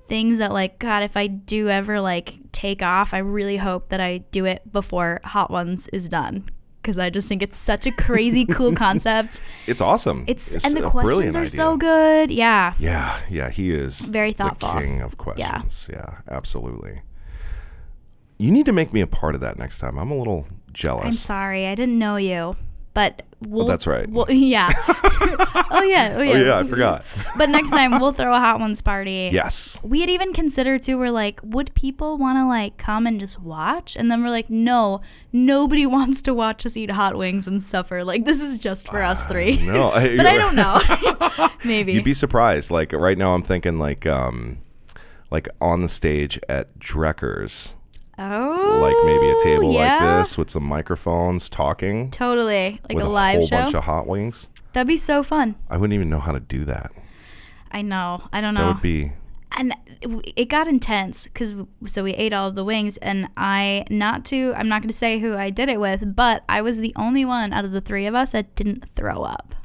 Speaker 5: things that like God, if I do ever like take off, I really hope that I do it before Hot Ones is done. Because I just think it's such a crazy cool concept.
Speaker 1: it's awesome.
Speaker 5: It's, and the
Speaker 1: a brilliant
Speaker 5: questions are so
Speaker 1: idea.
Speaker 5: good. Yeah.
Speaker 1: Yeah, yeah, he is
Speaker 5: Very thoughtful.
Speaker 1: The king of questions. Yeah. absolutely. You need to make me a part of that next time. I'm a little jealous.
Speaker 5: I'm sorry, I didn't know you. But we'll,
Speaker 1: Oh, that's right.
Speaker 5: We'll, yeah. oh yeah. Oh yeah.
Speaker 1: Oh yeah, I forgot.
Speaker 5: But next time we'll throw a hot ones party.
Speaker 1: yes.
Speaker 5: We had even considered too. We're like, would people want to like come and just watch? And then we're like, no, nobody wants to watch us eat hot wings and suffer. Like this is just for us three.
Speaker 1: No, I,
Speaker 5: but I don't know. Maybe.
Speaker 1: You'd be surprised. Like right now, I'm thinking like um, like on the stage at Drecker's.
Speaker 5: oh.
Speaker 1: like maybe a table
Speaker 5: yeah.
Speaker 1: like this with some microphones talking
Speaker 5: Totally. Like
Speaker 1: with a,
Speaker 5: a live
Speaker 1: whole
Speaker 5: show.
Speaker 1: bunch of hot wings.
Speaker 5: That'd be so fun.
Speaker 1: I wouldn't even know how to do that.
Speaker 5: I know. I don't
Speaker 1: That
Speaker 5: know.
Speaker 1: would be
Speaker 5: and it- it got intense because so we ate all of the wings and i not to i'm not going to say who i did it with but i was the only one out of the three of us that didn't throw up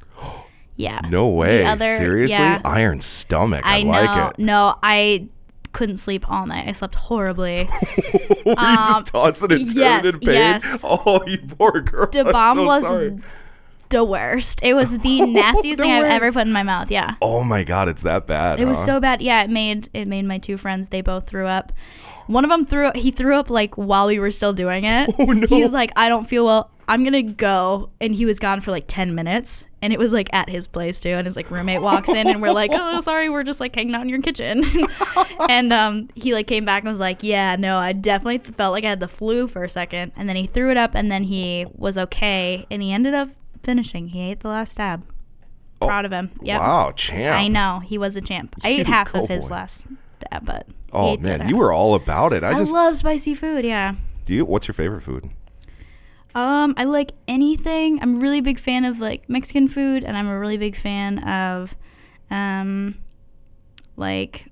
Speaker 5: yeah
Speaker 1: no way.
Speaker 5: other-
Speaker 1: Seriously,
Speaker 5: yeah.
Speaker 1: iron stomach. I,
Speaker 5: i, know
Speaker 1: like it.
Speaker 5: no i couldn't sleep all night i slept horribly
Speaker 1: Were you just tossing and turning
Speaker 5: Um, yes,
Speaker 1: in pain?
Speaker 5: yes.
Speaker 1: Oh, you poor girl.
Speaker 5: the
Speaker 1: I'm
Speaker 5: bomb
Speaker 1: so
Speaker 5: was
Speaker 1: sorry.
Speaker 5: the worst it was the nastiest
Speaker 1: No
Speaker 5: thing i've
Speaker 1: way.
Speaker 5: ever put in my mouth yeah
Speaker 1: Oh my god, it's that bad.
Speaker 5: It was
Speaker 1: huh?
Speaker 5: so bad. Yeah, it made it made my two friends. They both threw up. One of them threw. He threw up like while we were still doing it.
Speaker 1: Oh, no.
Speaker 5: He was like, "I don't feel well. I'm gonna go." And he was gone for like ten minutes. And it was like at his place too. And his like roommate walks in, and we're like, "Oh, sorry, we're just like hanging out in your kitchen." and um, he like came back and was like, "Yeah, no, I definitely felt like I had the flu for a second. And then he threw it up, and then he was okay. And he ended up finishing. He ate the last stab. Proud of him. Yep.
Speaker 1: Oh, Wow, champ.
Speaker 5: I know he was a champ. I ate
Speaker 1: You
Speaker 5: half
Speaker 1: go,
Speaker 5: of his
Speaker 1: boy.
Speaker 5: last, dab, but he
Speaker 1: Oh
Speaker 5: ate the
Speaker 1: man,
Speaker 5: other
Speaker 1: you
Speaker 5: half.
Speaker 1: were all about it. I
Speaker 5: I
Speaker 1: just
Speaker 5: love spicy food. Yeah.
Speaker 1: do. You, what's your favorite food?
Speaker 5: Um, I like anything. I'm a really big fan of like Mexican food, and I'm a really big fan of, um, like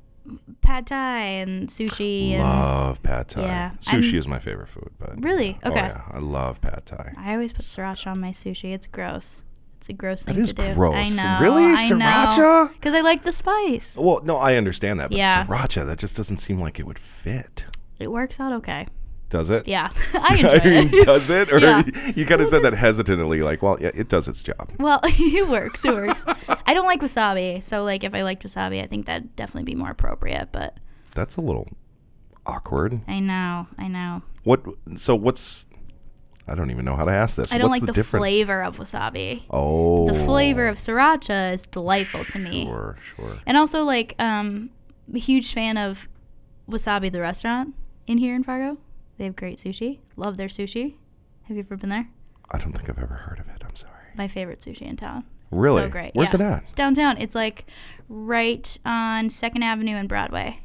Speaker 5: pad thai and sushi. And
Speaker 1: Love pad thai.
Speaker 5: Yeah,
Speaker 1: Sushi
Speaker 5: I'm-
Speaker 1: is my favorite food, but
Speaker 5: Really?
Speaker 1: Oh,
Speaker 5: Okay.
Speaker 1: yeah, I love pad thai.
Speaker 5: I always put sriracha on my sushi. It's gross. It's a gross
Speaker 1: That
Speaker 5: thing
Speaker 1: is
Speaker 5: to do. I
Speaker 1: gross.
Speaker 5: know.
Speaker 1: Really? Sriracha?
Speaker 5: Because I like the spice.
Speaker 1: Well, no, I understand that, but
Speaker 5: Yeah.
Speaker 1: sriracha that just doesn't seem like it would fit.
Speaker 5: It works out okay.
Speaker 1: Does it?
Speaker 5: Yeah, I enjoy
Speaker 1: I mean,
Speaker 5: it.
Speaker 1: does it? Or
Speaker 5: Yeah.
Speaker 1: you kind of said that hesitantly, like, well, yeah, it does its job.
Speaker 5: Well, it works. It works. I don't like wasabi, so like if I liked wasabi, I think that'd definitely be more appropriate. But
Speaker 1: That's a little awkward.
Speaker 5: I know, I know,
Speaker 1: What? So what's? I don't even know how to ask this.
Speaker 5: I don't
Speaker 1: what's
Speaker 5: like the,
Speaker 1: difference?
Speaker 5: flavor of wasabi.
Speaker 1: Oh,
Speaker 5: The flavor of sriracha is delightful to me,
Speaker 1: Sure, sure.
Speaker 5: and also like um, a huge fan of wasabi, the restaurant in here in Fargo. They have great sushi. Love their sushi. Have you ever been there?
Speaker 1: I don't think I've ever heard of it. I'm sorry.
Speaker 5: My favorite sushi in town.
Speaker 1: Really?
Speaker 5: So great.
Speaker 1: Where's it
Speaker 5: yeah.
Speaker 1: at?
Speaker 5: It's downtown. It's like right on Second Avenue and Broadway.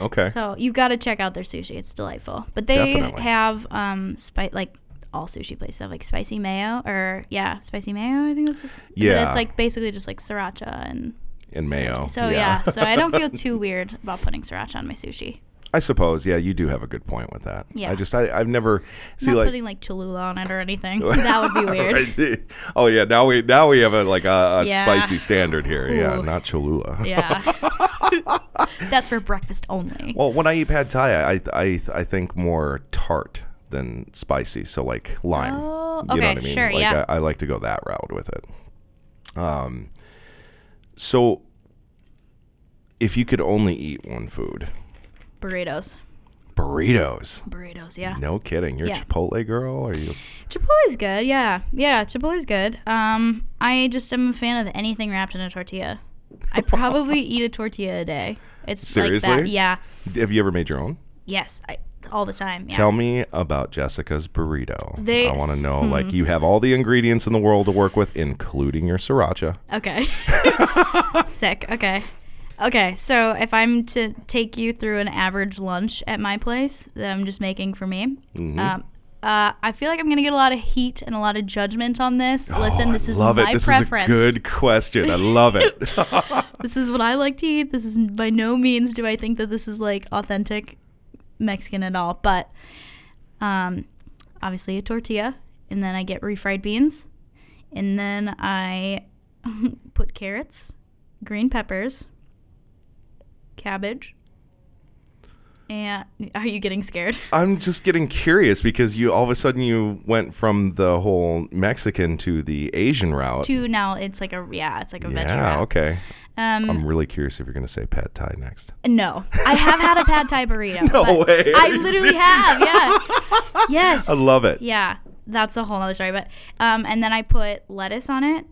Speaker 1: Okay.
Speaker 5: So you've got to check out their sushi. It's delightful. But they
Speaker 1: Definitely.
Speaker 5: have um spi- like all sushi places have like spicy mayo or yeah, spicy mayo. I think that's what's but
Speaker 1: Yeah. Oh,
Speaker 5: it's like basically just like sriracha and
Speaker 1: in Mayo.
Speaker 5: so yeah. so I don't feel too weird about putting sriracha on my sushi.
Speaker 1: I suppose. Yeah, you do have a good point with that.
Speaker 5: Yeah.
Speaker 1: I just I, I've never see
Speaker 5: Not
Speaker 1: like.
Speaker 5: putting like Cholula on it or anything. that would be weird.
Speaker 1: Right. Oh yeah, now we now we have a like a, a
Speaker 5: Yeah.
Speaker 1: spicy standard here. Yeah,
Speaker 5: Ooh.
Speaker 1: not Cholula.
Speaker 5: Yeah. that's for breakfast only.
Speaker 1: Well, when I eat pad thai, I I I think more tart than spicy. So like lime.
Speaker 5: Oh,
Speaker 1: you know
Speaker 5: okay,
Speaker 1: what I mean?
Speaker 5: sure,
Speaker 1: like
Speaker 5: yeah.
Speaker 1: I, I like to go that route with it. Um. So, if you could only eat one food,
Speaker 5: Burritos.
Speaker 1: burritos.
Speaker 5: Burritos, yeah.
Speaker 1: No kidding. You're a
Speaker 5: Yeah.
Speaker 1: Chipotle girl, or you?
Speaker 5: Chipotle's good, yeah. Yeah, Chipotle's good. Um, I just am a fan of anything wrapped in a tortilla. I probably eat a tortilla a day. It's like that.
Speaker 1: Seriously?
Speaker 5: Yeah.
Speaker 1: Have you ever made your own?
Speaker 5: Yes. I, all the time. Yeah.
Speaker 1: Tell me about Jessica's burrito.
Speaker 5: They- hmm.
Speaker 1: I want to know. Like, you have all the ingredients in the world to work with, including your sriracha.
Speaker 5: Okay. Sick. Okay. Okay, so if I'm to take you through an average lunch at my place that I'm just making for me,
Speaker 1: Mm-hmm.
Speaker 5: um, uh, I feel like I'm gonna get a lot of heat and a lot of judgment on this. Listen,
Speaker 1: Oh,
Speaker 5: this
Speaker 1: I
Speaker 5: is
Speaker 1: love
Speaker 5: my
Speaker 1: it. This
Speaker 5: preference.
Speaker 1: is a good question. I love it.
Speaker 5: this is what I like to eat. This is by no means do I think that this is like authentic Mexican at all, but um, obviously a tortilla, and then I get refried beans, and then I put carrots, green peppers, cabbage, and are you getting scared?
Speaker 1: I'm just getting curious because you all of a sudden you went from the whole Mexican to the Asian route.
Speaker 5: Two now it's like a yeah, it's like a veggie.
Speaker 1: yeah,
Speaker 5: wrap.
Speaker 1: okay.
Speaker 5: Um,
Speaker 1: I'm really curious if you're going to say pad thai next.
Speaker 5: No, I have had a pad thai burrito. but
Speaker 1: way.
Speaker 5: I literally have. Yeah. Yes.
Speaker 1: I love it.
Speaker 5: Yeah, that's a whole other story. But um, and then I put lettuce on it.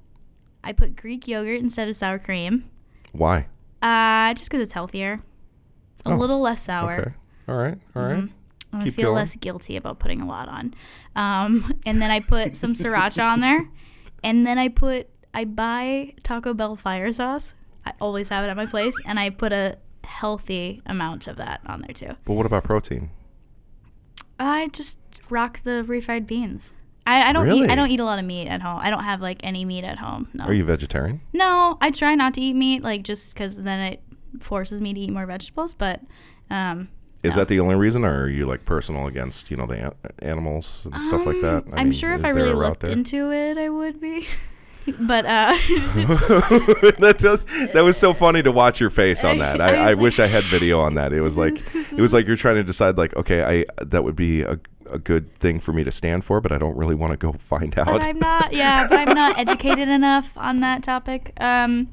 Speaker 5: I put Greek yogurt instead of sour cream,
Speaker 1: Why?
Speaker 5: uh, just because it's healthier, a
Speaker 1: Oh,
Speaker 5: little less sour.
Speaker 1: Okay. All right. All right.
Speaker 5: I'm gonna
Speaker 1: Keep
Speaker 5: feel
Speaker 1: going.
Speaker 5: less guilty about putting a lot on. Um, and then I put some sriracha on there, and then I put I buy Taco Bell fire sauce. I always have it at my place, and I put a healthy amount of that on there too.
Speaker 1: But what about protein?
Speaker 5: I just rock the refried beans. I, I don't eat.
Speaker 1: Really?
Speaker 5: I don't eat a lot of meat at home. I don't have like any meat at home. No.
Speaker 1: Are you vegetarian?
Speaker 5: No, I try not to eat meat, like just because then it forces me to eat more vegetables. But um,
Speaker 1: Is that the only reason, or are you like personal against you know the an- animals and stuff like that?
Speaker 5: I am Um, mm, sure if I really looked into it, I would be. but uh,
Speaker 1: that just, that was so funny to watch your face on that. I, I,
Speaker 5: I was
Speaker 1: wish I had video on that. It was like it was like you're trying to decide like okay, I that would be a, a good thing for me to stand for, but I don't really want to go find out.
Speaker 5: but I'm not. Yeah, but I'm not educated enough on that topic. Um,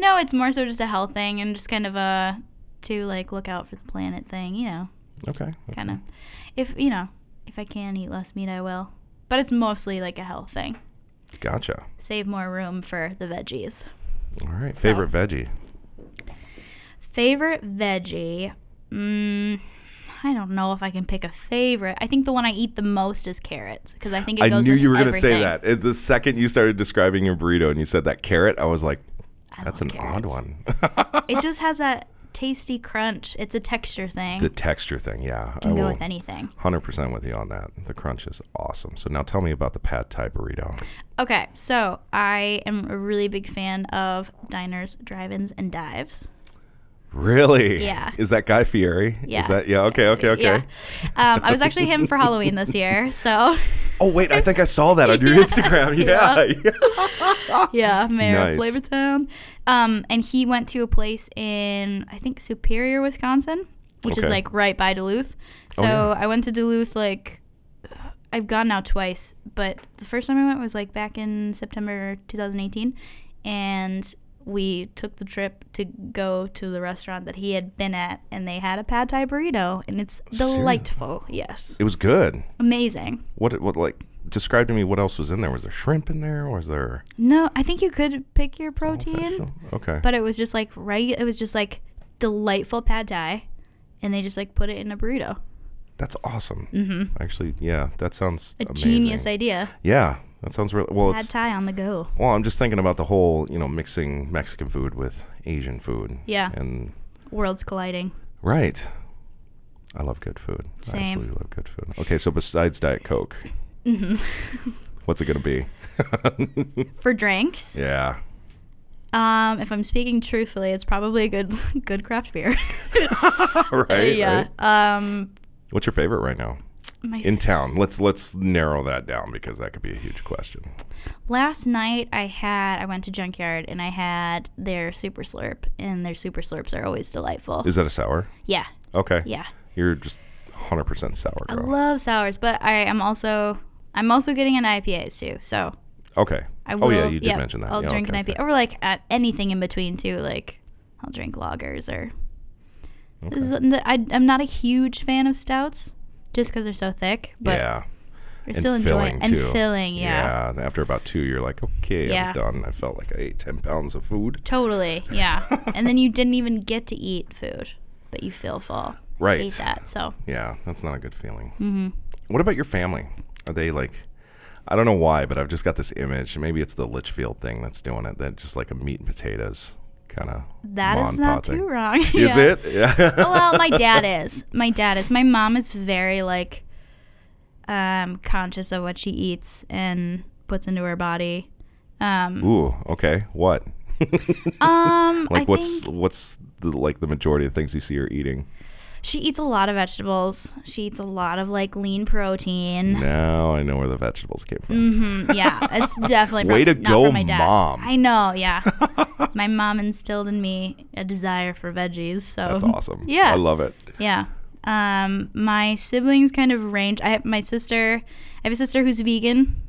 Speaker 5: no, it's more so just a health thing and just kind of a to like look out for the planet thing. You know,
Speaker 1: okay,
Speaker 5: kind of. If you know, if I can eat less meat, I will. But it's mostly like a health thing.
Speaker 1: gotcha.
Speaker 5: Save more room for the veggies.
Speaker 1: All right, favorite veggie.
Speaker 5: Favorite veggie? Mm, I don't know if I can pick a favorite. I think the one I eat the most is carrots because I think it
Speaker 1: I
Speaker 5: goes
Speaker 1: knew
Speaker 5: with
Speaker 1: you were going to say
Speaker 5: everything.
Speaker 1: that. Uh, The second you started describing your burrito and you said that carrot, I was like, that's an
Speaker 5: love
Speaker 1: odd
Speaker 5: carrots.
Speaker 1: one.
Speaker 5: It just has that tasty crunch. It's a texture thing.
Speaker 1: the texture thing, yeah. I
Speaker 5: can go
Speaker 1: will-
Speaker 5: with anything.
Speaker 1: Hundred percent with you on that. The crunch is awesome. So now tell me about the pad thai burrito.
Speaker 5: Okay, so I am a really big fan of diners, drive-ins, and dives.
Speaker 1: Really?
Speaker 5: Yeah.
Speaker 1: Is that Guy Fieri? Is
Speaker 5: Yeah.
Speaker 1: that yeah? Okay. Okay. Okay.
Speaker 5: Yeah. Um, I was actually him for Halloween this year, so
Speaker 1: Oh wait, I think I saw that on your Instagram. Yeah. yeah.
Speaker 5: yeah, mayor
Speaker 1: Nice.
Speaker 5: of Flavortown. Um, and he went to a place in I think Superior, Wisconsin, which is
Speaker 1: Okay. Oh,
Speaker 5: like right by Duluth. So
Speaker 1: yeah.
Speaker 5: I went to Duluth like I've gone now twice, but the first time I went was like back in September 2018, and we took the trip to go to the restaurant that he had been at, and they had a pad thai burrito, and it's delightful. Yes,
Speaker 1: It was good.
Speaker 5: amazing.
Speaker 1: What? What? Like, describe to me what else was in there. Was there shrimp in there? Was there?
Speaker 5: No, I think you could pick your protein.
Speaker 1: Okay.
Speaker 5: but it was just like right it was just like delightful pad thai and they just like put it in a burrito
Speaker 1: that's awesome. Mm-hmm. Actually, yeah, that sounds
Speaker 5: a
Speaker 1: amazing.
Speaker 5: genius idea
Speaker 1: Yeah, that sounds really well.
Speaker 5: pad
Speaker 1: It's,
Speaker 5: thai on the go
Speaker 1: well, I'm just thinking about the whole, you know, mixing Mexican food with Asian food.
Speaker 5: Yeah.
Speaker 1: And
Speaker 5: worlds colliding
Speaker 1: Right. I love good food. I
Speaker 5: Same.
Speaker 1: absolutely love good food. Okay, so besides Diet Coke,
Speaker 5: Mm-hmm.
Speaker 1: what's it going to be?
Speaker 5: for drinks
Speaker 1: Yeah.
Speaker 5: um if i'm speaking truthfully it's probably a good good craft beer
Speaker 1: right.
Speaker 5: yeah
Speaker 1: right.
Speaker 5: um
Speaker 1: What's your favorite right now?
Speaker 5: my
Speaker 1: In town. Let's let's narrow that down because that could be a huge question.
Speaker 5: last night i had i went to junkyard and i had their super slurp and their super slurps are always delightful
Speaker 1: Is that a sour?
Speaker 5: yeah
Speaker 1: Okay.
Speaker 5: yeah
Speaker 1: You're just 100% sour
Speaker 5: i
Speaker 1: girl.
Speaker 5: love sours but i am also i'm also getting an ipas too so
Speaker 1: okay.
Speaker 5: I will.
Speaker 1: oh yeah, you did
Speaker 5: yep,
Speaker 1: mention that.
Speaker 5: I'll
Speaker 1: Yeah,
Speaker 5: drink
Speaker 1: okay,
Speaker 5: an IPA,
Speaker 1: okay.
Speaker 5: or like at anything in between too. Like I'll drink lagers or. This is- I, am not a huge fan of stouts, just because they're so thick. But
Speaker 1: yeah.
Speaker 5: we're still enjoying it. and filling. Yeah,
Speaker 1: yeah. and after about two, you're like, okay,
Speaker 5: Yeah.
Speaker 1: I'm done. I felt like I ate 10 pounds of food.
Speaker 5: totally. Yeah, and then you didn't even get to eat food, but you feel full.
Speaker 1: Right.
Speaker 5: Hate that. So
Speaker 1: Yeah, that's not a good feeling. Mm-hmm. What about your family? Are they like, I don't know why, but I've just got this image. Maybe it's the Litchfield thing that's doing it. That just like a meat and potatoes kind of.
Speaker 5: that is not too wrong. Oh,
Speaker 1: Is it? Yeah.
Speaker 5: well, my dad is. My dad is. My mom is very like um conscious of what she eats and puts into her body. Um
Speaker 1: Ooh. Okay. What?
Speaker 5: um
Speaker 1: Like
Speaker 5: I
Speaker 1: what's
Speaker 5: think
Speaker 1: what's the, like the majority of the things you see her eating?
Speaker 5: she eats a lot of vegetables. She eats a lot of like lean protein.
Speaker 1: Now I know where the vegetables came from.
Speaker 5: Mm, yeah, it's definitely
Speaker 1: Way
Speaker 5: from,
Speaker 1: to
Speaker 5: not
Speaker 1: go,
Speaker 5: from my dad.
Speaker 1: Mom.
Speaker 5: I know, yeah. my mom instilled in me a desire for veggies, so
Speaker 1: That's awesome.
Speaker 5: Mm-hmm. Yeah.
Speaker 1: I love it.
Speaker 5: Yeah. Um, my siblings kind of range. I have my sister. I have a sister who's vegan,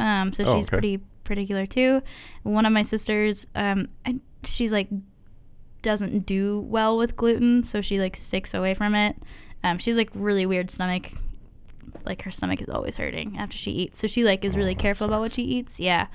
Speaker 5: um, so
Speaker 1: Oh,
Speaker 5: she's
Speaker 1: okay.
Speaker 5: pretty particular too. One of my sisters, um, I, she's like doesn't do well with gluten, so she like sticks away from it. Um, she's like really weird stomach. Like her stomach is always hurting after she eats, so she like is
Speaker 1: Oh,
Speaker 5: really careful about what she eats. Yeah,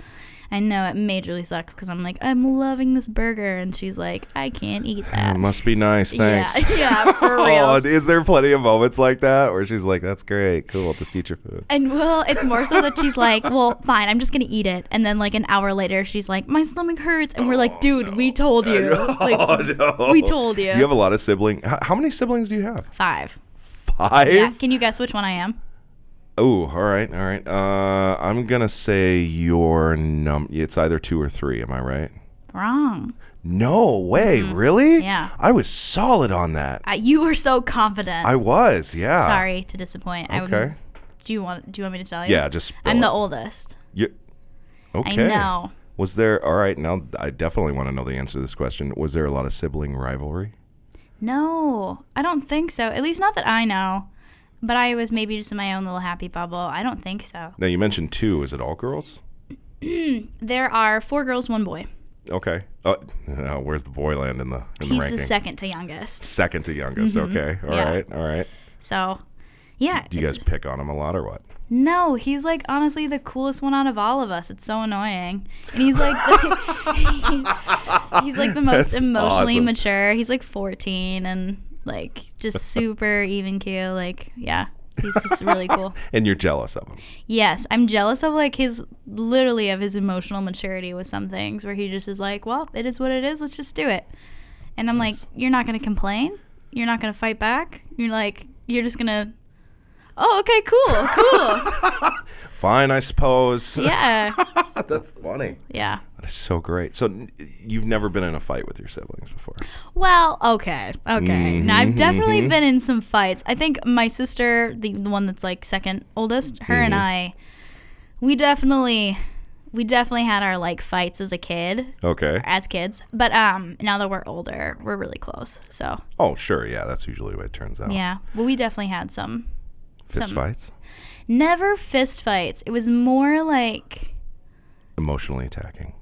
Speaker 5: I know it majorly sucks because I'm like I'm loving this burger, and she's like I can't eat
Speaker 1: It
Speaker 5: that.
Speaker 1: must be nice. Thanks.
Speaker 5: Uh, Yeah, yeah, for real.
Speaker 1: Oh, is there plenty of moments like that where she's like, "That's great, cool, just eat your food."
Speaker 5: And well, it's more so that she's like, well, fine, I'm just gonna eat it. And then like an hour later, she's like, my stomach hurts, and we're
Speaker 1: Oh,
Speaker 5: like, dude, we told you, like,
Speaker 1: no.
Speaker 5: we told you.
Speaker 1: Do you have a lot of siblings? How, how many siblings do you have?
Speaker 5: five.
Speaker 1: five?
Speaker 5: Yeah. Can you guess which one I am?
Speaker 1: Oh, all right, all right. Uh, I'm gonna say your num. It's either two or three. Am I right?
Speaker 5: Wrong.
Speaker 1: No way, really?
Speaker 5: Mm-hmm. Yeah.
Speaker 1: I was solid on that.
Speaker 5: Uh, you were so confident.
Speaker 1: I was, yeah.
Speaker 5: Sorry to disappoint. I
Speaker 1: Okay.
Speaker 5: would, do you want Do you want me to tell you?
Speaker 1: Yeah, just. spill
Speaker 5: I'm the
Speaker 1: it.
Speaker 5: oldest.
Speaker 1: You, okay.
Speaker 5: I know.
Speaker 1: Was there? All right. Now I definitely want to know the answer to this question. Was there a lot of sibling rivalry?
Speaker 5: No, I don't think so. At least not that I know. But I was maybe just in my own little happy bubble. I don't think so.
Speaker 1: Now you mentioned two. Is it all girls?
Speaker 5: There are four girls, one boy.
Speaker 1: Okay. Oh, now where's the boy land in the in the
Speaker 5: He's
Speaker 1: ranking?
Speaker 5: the second to youngest.
Speaker 1: Second to youngest. Okay. All right.
Speaker 5: Mm-hmm. Yeah.
Speaker 1: All right.
Speaker 5: So, yeah.
Speaker 1: Do you
Speaker 5: it's-
Speaker 1: guys pick on him a lot or what?
Speaker 5: No, he's like honestly the coolest one out of all of us. It's so annoying, and he's like, he's like the most
Speaker 1: That's
Speaker 5: emotionally
Speaker 1: awesome.
Speaker 5: mature. He's like 14 and like just super even keel. Like, yeah, he's just really cool.
Speaker 1: And you're jealous of him.
Speaker 5: Yes, I'm jealous of like his literally of his emotional maturity with some things where he just is like, well, it is what it is. Let's just do it. And I'm like, you're not gonna complain. You're not gonna fight back. You're like, you're just gonna. Oh, okay, cool, cool.
Speaker 1: Fine, I suppose.
Speaker 5: yeah,
Speaker 1: That's funny.
Speaker 5: yeah.
Speaker 1: That is so great. So n- you've never been in a fight with your siblings before.
Speaker 5: Well, okay, okay. Now I've definitely been in some fights. I think my sister, the, the one that's like second oldest, her and I, we definitely, we definitely had our like fights as a kid,
Speaker 1: Okay.
Speaker 5: as kids. But um, now that we're older, we're really close. So
Speaker 1: Oh, sure. Yeah, that's usually the way it turns out.
Speaker 5: yeah, well, we definitely had some.
Speaker 1: Fist
Speaker 5: some-
Speaker 1: fights,
Speaker 5: Never fist fights. It was more like
Speaker 1: emotionally attacking.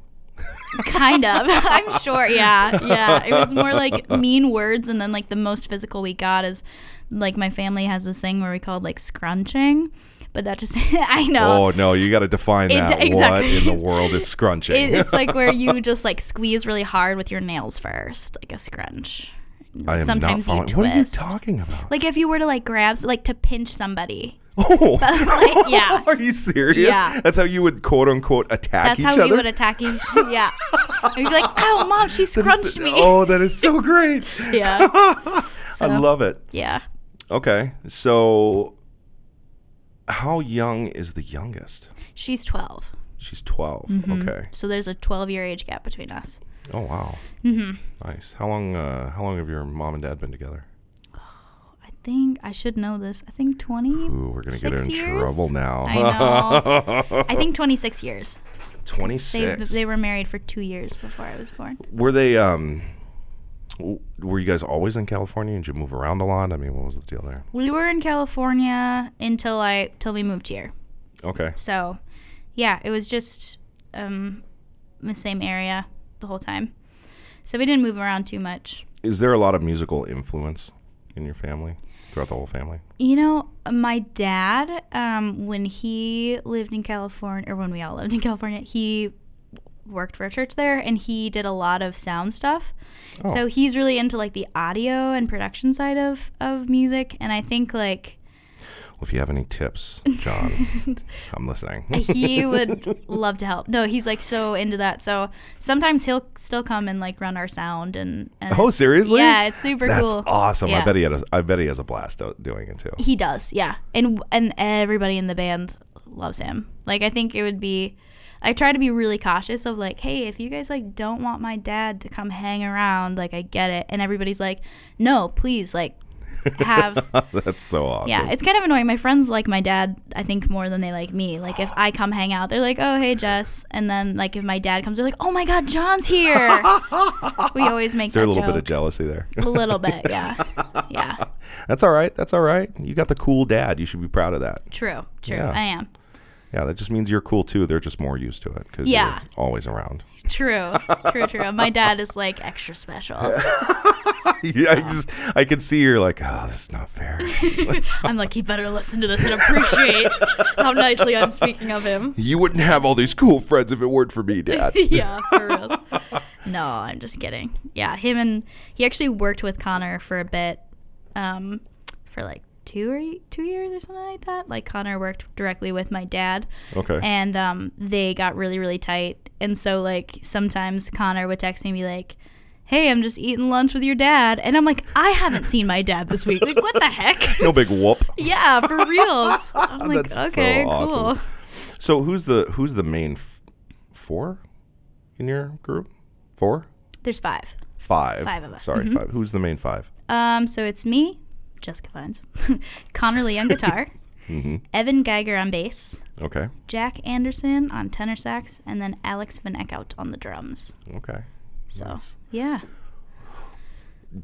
Speaker 5: kind of. I'm sure. Yeah, yeah. It was more like mean words, and then like the most physical we got is like my family has this thing where we called like scrunching, but that just I know.
Speaker 1: oh no, you got to define
Speaker 5: It-
Speaker 1: that.
Speaker 5: exactly.
Speaker 1: What in the world is scrunching?
Speaker 5: It, it's like where you just like squeeze really hard with your nails first, like a scrunch.
Speaker 1: I am not
Speaker 5: sometimes you
Speaker 1: following- What are you
Speaker 5: twist.
Speaker 1: talking about?
Speaker 5: Like if you were to like grab, like to pinch somebody.
Speaker 1: oh,
Speaker 5: Like, yeah.
Speaker 1: are you serious?
Speaker 5: Yeah.
Speaker 1: That's how you would quote unquote attack
Speaker 5: That's
Speaker 1: each
Speaker 5: how
Speaker 1: other.
Speaker 5: we would attack each Yeah. And you'd be like, ow, mom, she scrunched me.
Speaker 1: Oh, that is so great.
Speaker 5: Yeah.
Speaker 1: I
Speaker 5: So-
Speaker 1: love it.
Speaker 5: Yeah.
Speaker 1: Okay, so how young is the youngest?
Speaker 5: She's 12.
Speaker 1: She's 12. Okay.
Speaker 5: So there's a 12 year age gap between us.
Speaker 1: Oh wow. Mm-hmm. Nice. How long? Uh, how long have your mom and dad been together?
Speaker 5: I think I should know this. I think 20.
Speaker 1: Ooh, we're gonna get
Speaker 5: Six
Speaker 1: in
Speaker 5: years?
Speaker 1: trouble now.
Speaker 5: I know. I think 26 years. 'Cause They,
Speaker 1: 26.
Speaker 5: they were married for two years before I was born.
Speaker 1: were they um w- were you guys always in California? Did you move around a lot? I mean, what was the deal there?
Speaker 5: We were in California until I till we moved here.
Speaker 1: Okay.
Speaker 5: So, yeah, it was just um, the same area the whole time. So we didn't move around too much.
Speaker 1: Is there a lot of musical influence in your family? Throughout the whole family?
Speaker 5: You know, my dad, um, when he lived in California, or when we all lived in California, he worked for a church there and he did a lot of sound stuff.
Speaker 1: Oh.
Speaker 5: So he's really into like the audio and production side of, of music. And I think like
Speaker 1: Well, if you have any tips, John, I'm listening.
Speaker 5: he would love to help. No, he's like so into that. So sometimes he'll still come and like run our sound and. and
Speaker 1: oh, seriously?
Speaker 5: Yeah, it's super
Speaker 1: That's
Speaker 5: cool.
Speaker 1: awesome. I
Speaker 5: Yeah.
Speaker 1: bet he had a, I bet he has a blast do- doing it too.
Speaker 5: He does, yeah. And and everybody in the band loves him. Like I think it would be I try to be really cautious of like, hey, if you guys like don't want my dad to come hang around, like I get it. And everybody's like, no, please, like have
Speaker 1: That's so awesome.
Speaker 5: yeah, it's kind of annoying. My friends like my dad, I think, more than they like me. Like if I come hang out, they're like, "Oh, hey, Jess," and then like if my dad comes, they're like, "Oh my God, John's here." we always make
Speaker 1: Is there a
Speaker 5: that
Speaker 1: little bit of
Speaker 5: joke.
Speaker 1: jealousy there?
Speaker 5: a little bit, yeah, yeah.
Speaker 1: That's all right. That's all right. You got the cool dad. You should be proud of that.
Speaker 5: True, true.
Speaker 1: Yeah.
Speaker 5: I am.
Speaker 1: Yeah, that just means you're cool too. They're just more used to it because
Speaker 5: Yeah.
Speaker 1: you're always around.
Speaker 5: True, true, true. My dad is like extra special.
Speaker 1: yeah, I just I can see you're like, oh, this is not fair.
Speaker 5: I'm like, he better listen to this and appreciate how nicely I'm speaking of him.
Speaker 1: you wouldn't have all these cool friends if it weren't for me, Dad.
Speaker 5: Yeah, for real. No, I'm just kidding. Yeah, him and he actually worked with Connor for a bit, um, for like two or eight, two years or something like that. Like Connor worked directly with my dad.
Speaker 1: Okay.
Speaker 5: And um, they got really, really tight. And so like sometimes Connor would text me and be like, hey, I'm just eating lunch with your dad. And I'm like, I haven't seen my dad this week. Like, what the heck?
Speaker 1: No big whoop.
Speaker 5: yeah, for reals. I'm like,
Speaker 1: That's so
Speaker 5: okay,
Speaker 1: awesome.
Speaker 5: cool.
Speaker 1: So who's the who's the main f- four in your group? Four,
Speaker 5: There's five.
Speaker 1: five,
Speaker 5: Five of us.
Speaker 1: Sorry,
Speaker 5: Mm-hmm.
Speaker 1: five. Who's the main five?
Speaker 5: Um, so it's me, Jessica Vines, Connor Lee on guitar,
Speaker 1: Mm-hmm.
Speaker 5: Evan Geiger on bass,
Speaker 1: Okay,
Speaker 5: Jack Anderson on tenor sax, and then Alex Van Eckhout on the drums.
Speaker 1: okay.
Speaker 5: So yeah,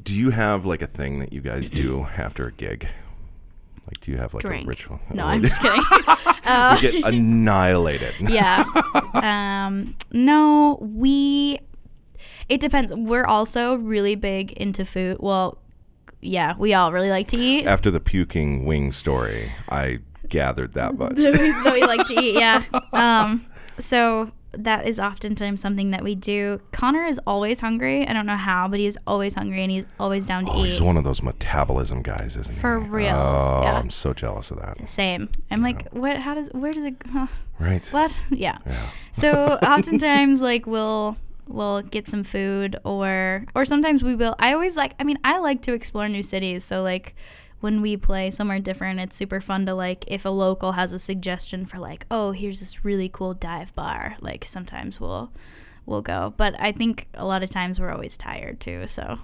Speaker 1: Do you have like a thing that you guys do after a gig? Like, do you have like
Speaker 5: drink.
Speaker 1: a ritual?
Speaker 5: No, I'm just kidding.
Speaker 1: we get annihilated.
Speaker 5: yeah. Um, no, we. It depends. We're also really big into food. Well, yeah, we all really like to eat.
Speaker 1: After the puking wing story, I gathered that much.
Speaker 5: that we, that we like to eat. Yeah. Um, so that is oftentimes something that we do. Connor is always hungry. I don't know how, but he is always hungry and he's always down to
Speaker 1: Oh,
Speaker 5: eat.
Speaker 1: he's one of those metabolism guys, isn't he?
Speaker 5: For reals,
Speaker 1: Oh,
Speaker 5: yeah.
Speaker 1: I'm so jealous of that.
Speaker 5: Same. I'm like, what? How does? Where does it? Huh?
Speaker 1: Right.
Speaker 5: What? Yeah. So oftentimes, like, we'll we'll get some food, or or sometimes we will. I always like. I mean, I like to explore new cities. So like, when we play somewhere different, it's super fun to like. If a local has a suggestion for like, oh, here's this really cool dive bar, like sometimes we'll we'll go. But I think a lot of times we're always tired too. So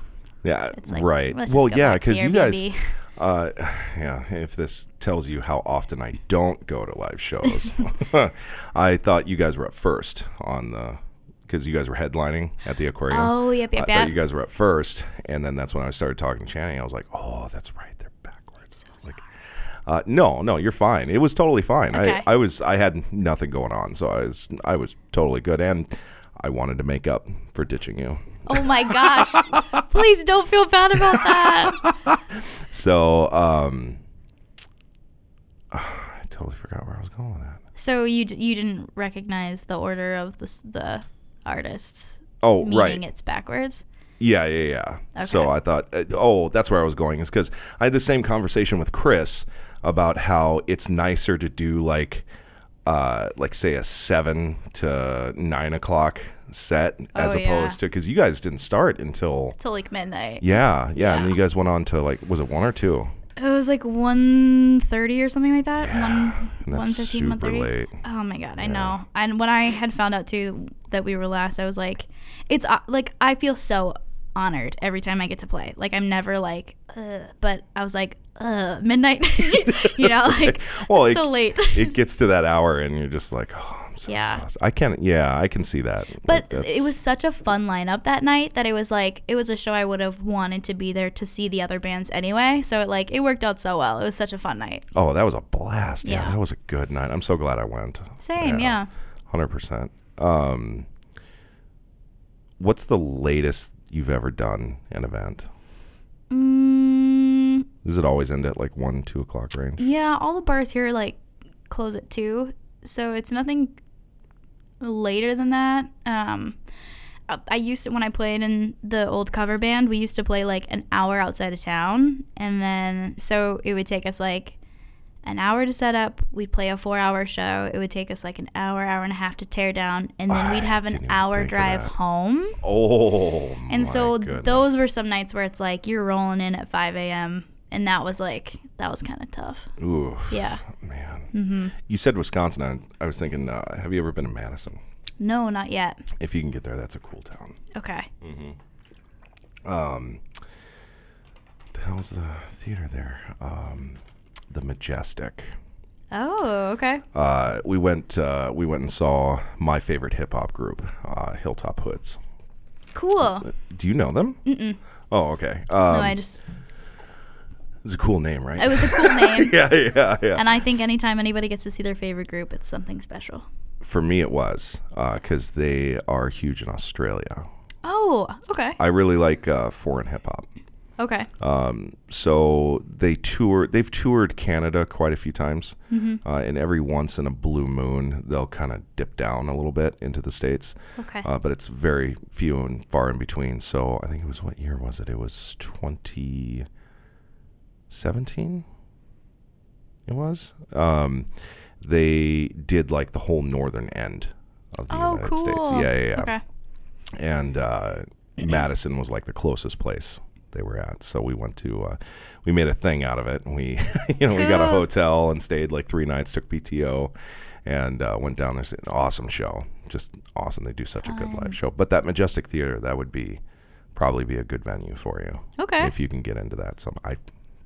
Speaker 1: Yeah.
Speaker 5: like,
Speaker 1: right.
Speaker 5: let's just
Speaker 1: Well,
Speaker 5: go
Speaker 1: yeah,
Speaker 5: back to
Speaker 1: because you guys.
Speaker 5: Airbnb.
Speaker 1: Uh, yeah. If this tells you how often I don't go to live shows, I thought you guys were up first on the because you guys were headlining at the aquarium.
Speaker 5: Oh, yep, yep,
Speaker 1: I thought
Speaker 5: yep.
Speaker 1: you guys were up first, and then that's when I started talking to Channing. I was like, oh, that's right, they're backwards. I was like, uh, no, no, you're fine. It was totally fine.
Speaker 5: Okay.
Speaker 1: I, I was I had nothing going on, so I was I was totally good, and I wanted to make up for ditching you.
Speaker 5: oh my gosh, please don't feel bad about that.
Speaker 1: So, um, I totally forgot where I was going with that.
Speaker 5: So you d- you didn't recognize the order of the s- the artists,
Speaker 1: Oh,
Speaker 5: meaning
Speaker 1: right.
Speaker 5: it's backwards.
Speaker 1: Yeah, yeah, yeah. So
Speaker 5: Okay.
Speaker 1: I thought, uh, oh, that's where I was going is because I had the same conversation with Chris about how it's nicer to do like, uh, like say a seven to nine o'clock set as
Speaker 5: Oh,
Speaker 1: opposed
Speaker 5: yeah.
Speaker 1: to because you guys didn't start until
Speaker 5: Till like midnight.
Speaker 1: yeah, yeah, and then you guys went on to like was it one or two?
Speaker 5: It was like 1.30 or something like that.
Speaker 1: and
Speaker 5: One
Speaker 1: that's
Speaker 5: one fifteen, one
Speaker 1: super
Speaker 5: thirty.
Speaker 1: late.
Speaker 5: Oh my god, I know. And when I had found out too that we were last, I was like, it's uh, like I feel so honored every time I get to play. Like I'm never like, Ugh, but I was like, Ugh, midnight. you know, like
Speaker 1: Well,
Speaker 5: it's
Speaker 1: it-
Speaker 5: so late.
Speaker 1: it gets to that hour and you're just like, oh, I'm so
Speaker 5: Yeah.
Speaker 1: exhausted. I can't. Yeah, I can see that. Like,
Speaker 5: But
Speaker 1: that's-
Speaker 5: it was such a fun lineup that night that it was like it was a show I would have wanted to be there to see the other bands anyway. So it like it worked out so well. It was such a fun night.
Speaker 1: Oh, that was a blast. Yeah,
Speaker 5: Yeah.
Speaker 1: that was a good night. I'm so glad I went.
Speaker 5: Same, yeah.
Speaker 1: Hundred percent. Um, what's the latest you've ever done an event?
Speaker 5: Mm,
Speaker 1: Does it always end at like one, two o'clock range?
Speaker 5: yeah, all the bars here like close at two, so it's nothing later than that. Um, I- I used to when I played in the old cover band, we used to play like an hour outside of town, and then so it would take us like an hour to set up. We'd play a four-hour show. It would take us like an hour, hour and a half to tear down, and then we'd have
Speaker 1: Ah, didn't
Speaker 5: an
Speaker 1: even
Speaker 5: hour
Speaker 1: think of
Speaker 5: drive
Speaker 1: that.
Speaker 5: home.
Speaker 1: Oh,
Speaker 5: And
Speaker 1: my
Speaker 5: so
Speaker 1: goodness.
Speaker 5: those were some nights where it's like you're rolling in at 5 a.m. and that was like that was kind of tough.
Speaker 1: Oof,
Speaker 5: Yeah.
Speaker 1: man.
Speaker 5: Mm-hmm.
Speaker 1: You said Wisconsin. I, I was thinking, uh, have you ever been to Madison?
Speaker 5: No, not yet.
Speaker 1: If you can get there, that's a cool town.
Speaker 5: Okay.
Speaker 1: What the hell's the theater there? Um, the Majestic.
Speaker 5: Oh, okay.
Speaker 1: Uh, we went. Uh, we went and saw my favorite hip hop group, uh, Hilltop Hoods.
Speaker 5: Cool.
Speaker 1: Do you know them? Mm-mm. Oh, okay. Uh,
Speaker 5: no, I just
Speaker 1: it's a cool name, right?
Speaker 5: it was a cool name.
Speaker 1: yeah, yeah, yeah.
Speaker 5: And I think anytime anybody gets to see their favorite group, it's something special.
Speaker 1: For me, it was because they are huge in Australia.
Speaker 5: Oh, okay.
Speaker 1: I uh, really like uh, foreign hip hop.
Speaker 5: Okay.
Speaker 1: So they tour. They've toured Canada quite a few times,
Speaker 5: Mm-hmm.
Speaker 1: uh, and every once in a blue moon, they'll kind of dip down a little bit into the states.
Speaker 5: Okay.
Speaker 1: Uh, but it's very few and far in between. So I think it was what year was it? It was twenty seventeen. It was. Um, they did like the whole northern end of the
Speaker 5: oh,
Speaker 1: United
Speaker 5: cool.
Speaker 1: States. Yeah, yeah, yeah.
Speaker 5: Okay.
Speaker 1: And uh, Madison was like the closest place they were at. So we went to, uh, we made a thing out of it. And we, you know, we got a
Speaker 5: Cool.
Speaker 1: hotel and stayed like three nights, took PTO, and uh, went down there. It's an awesome show. Just awesome. They do such a good live show. But that Majestic Theater, that would be probably be a good venue for you.
Speaker 5: Okay.
Speaker 1: If you can get into that. Some, I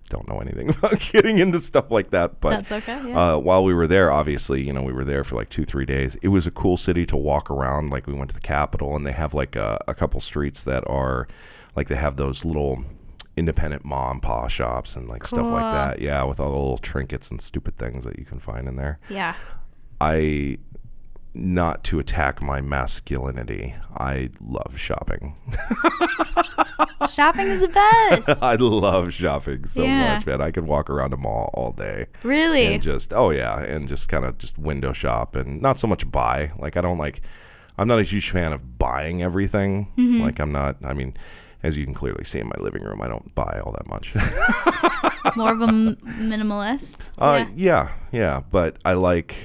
Speaker 1: don't know anything about getting into stuff like that. But
Speaker 5: That's okay, yeah.
Speaker 1: uh, while we were there, obviously, you know, we were there for like two, three days. It was a cool city to walk around. Like we went to the Capitol, and they have like a, a couple streets that are like they have those little independent mom and pa shops and like stuff like
Speaker 5: Cool.
Speaker 1: that. Yeah, with all the little trinkets and stupid things that you can find in there.
Speaker 5: Yeah.
Speaker 1: I not to attack my masculinity. I love shopping.
Speaker 5: Shopping is the best.
Speaker 1: I love shopping so
Speaker 5: Yeah.
Speaker 1: much, man. I could walk around a mall all day.
Speaker 5: Really?
Speaker 1: and just oh yeah and just kind of just window shop and not so much buy like i don't like i'm not a huge fan of buying everything like i'm not i mean as you can clearly see in my living room i don't buy all that much
Speaker 5: More of a m- minimalist.
Speaker 1: uh,
Speaker 5: yeah.
Speaker 1: yeah yeah but i like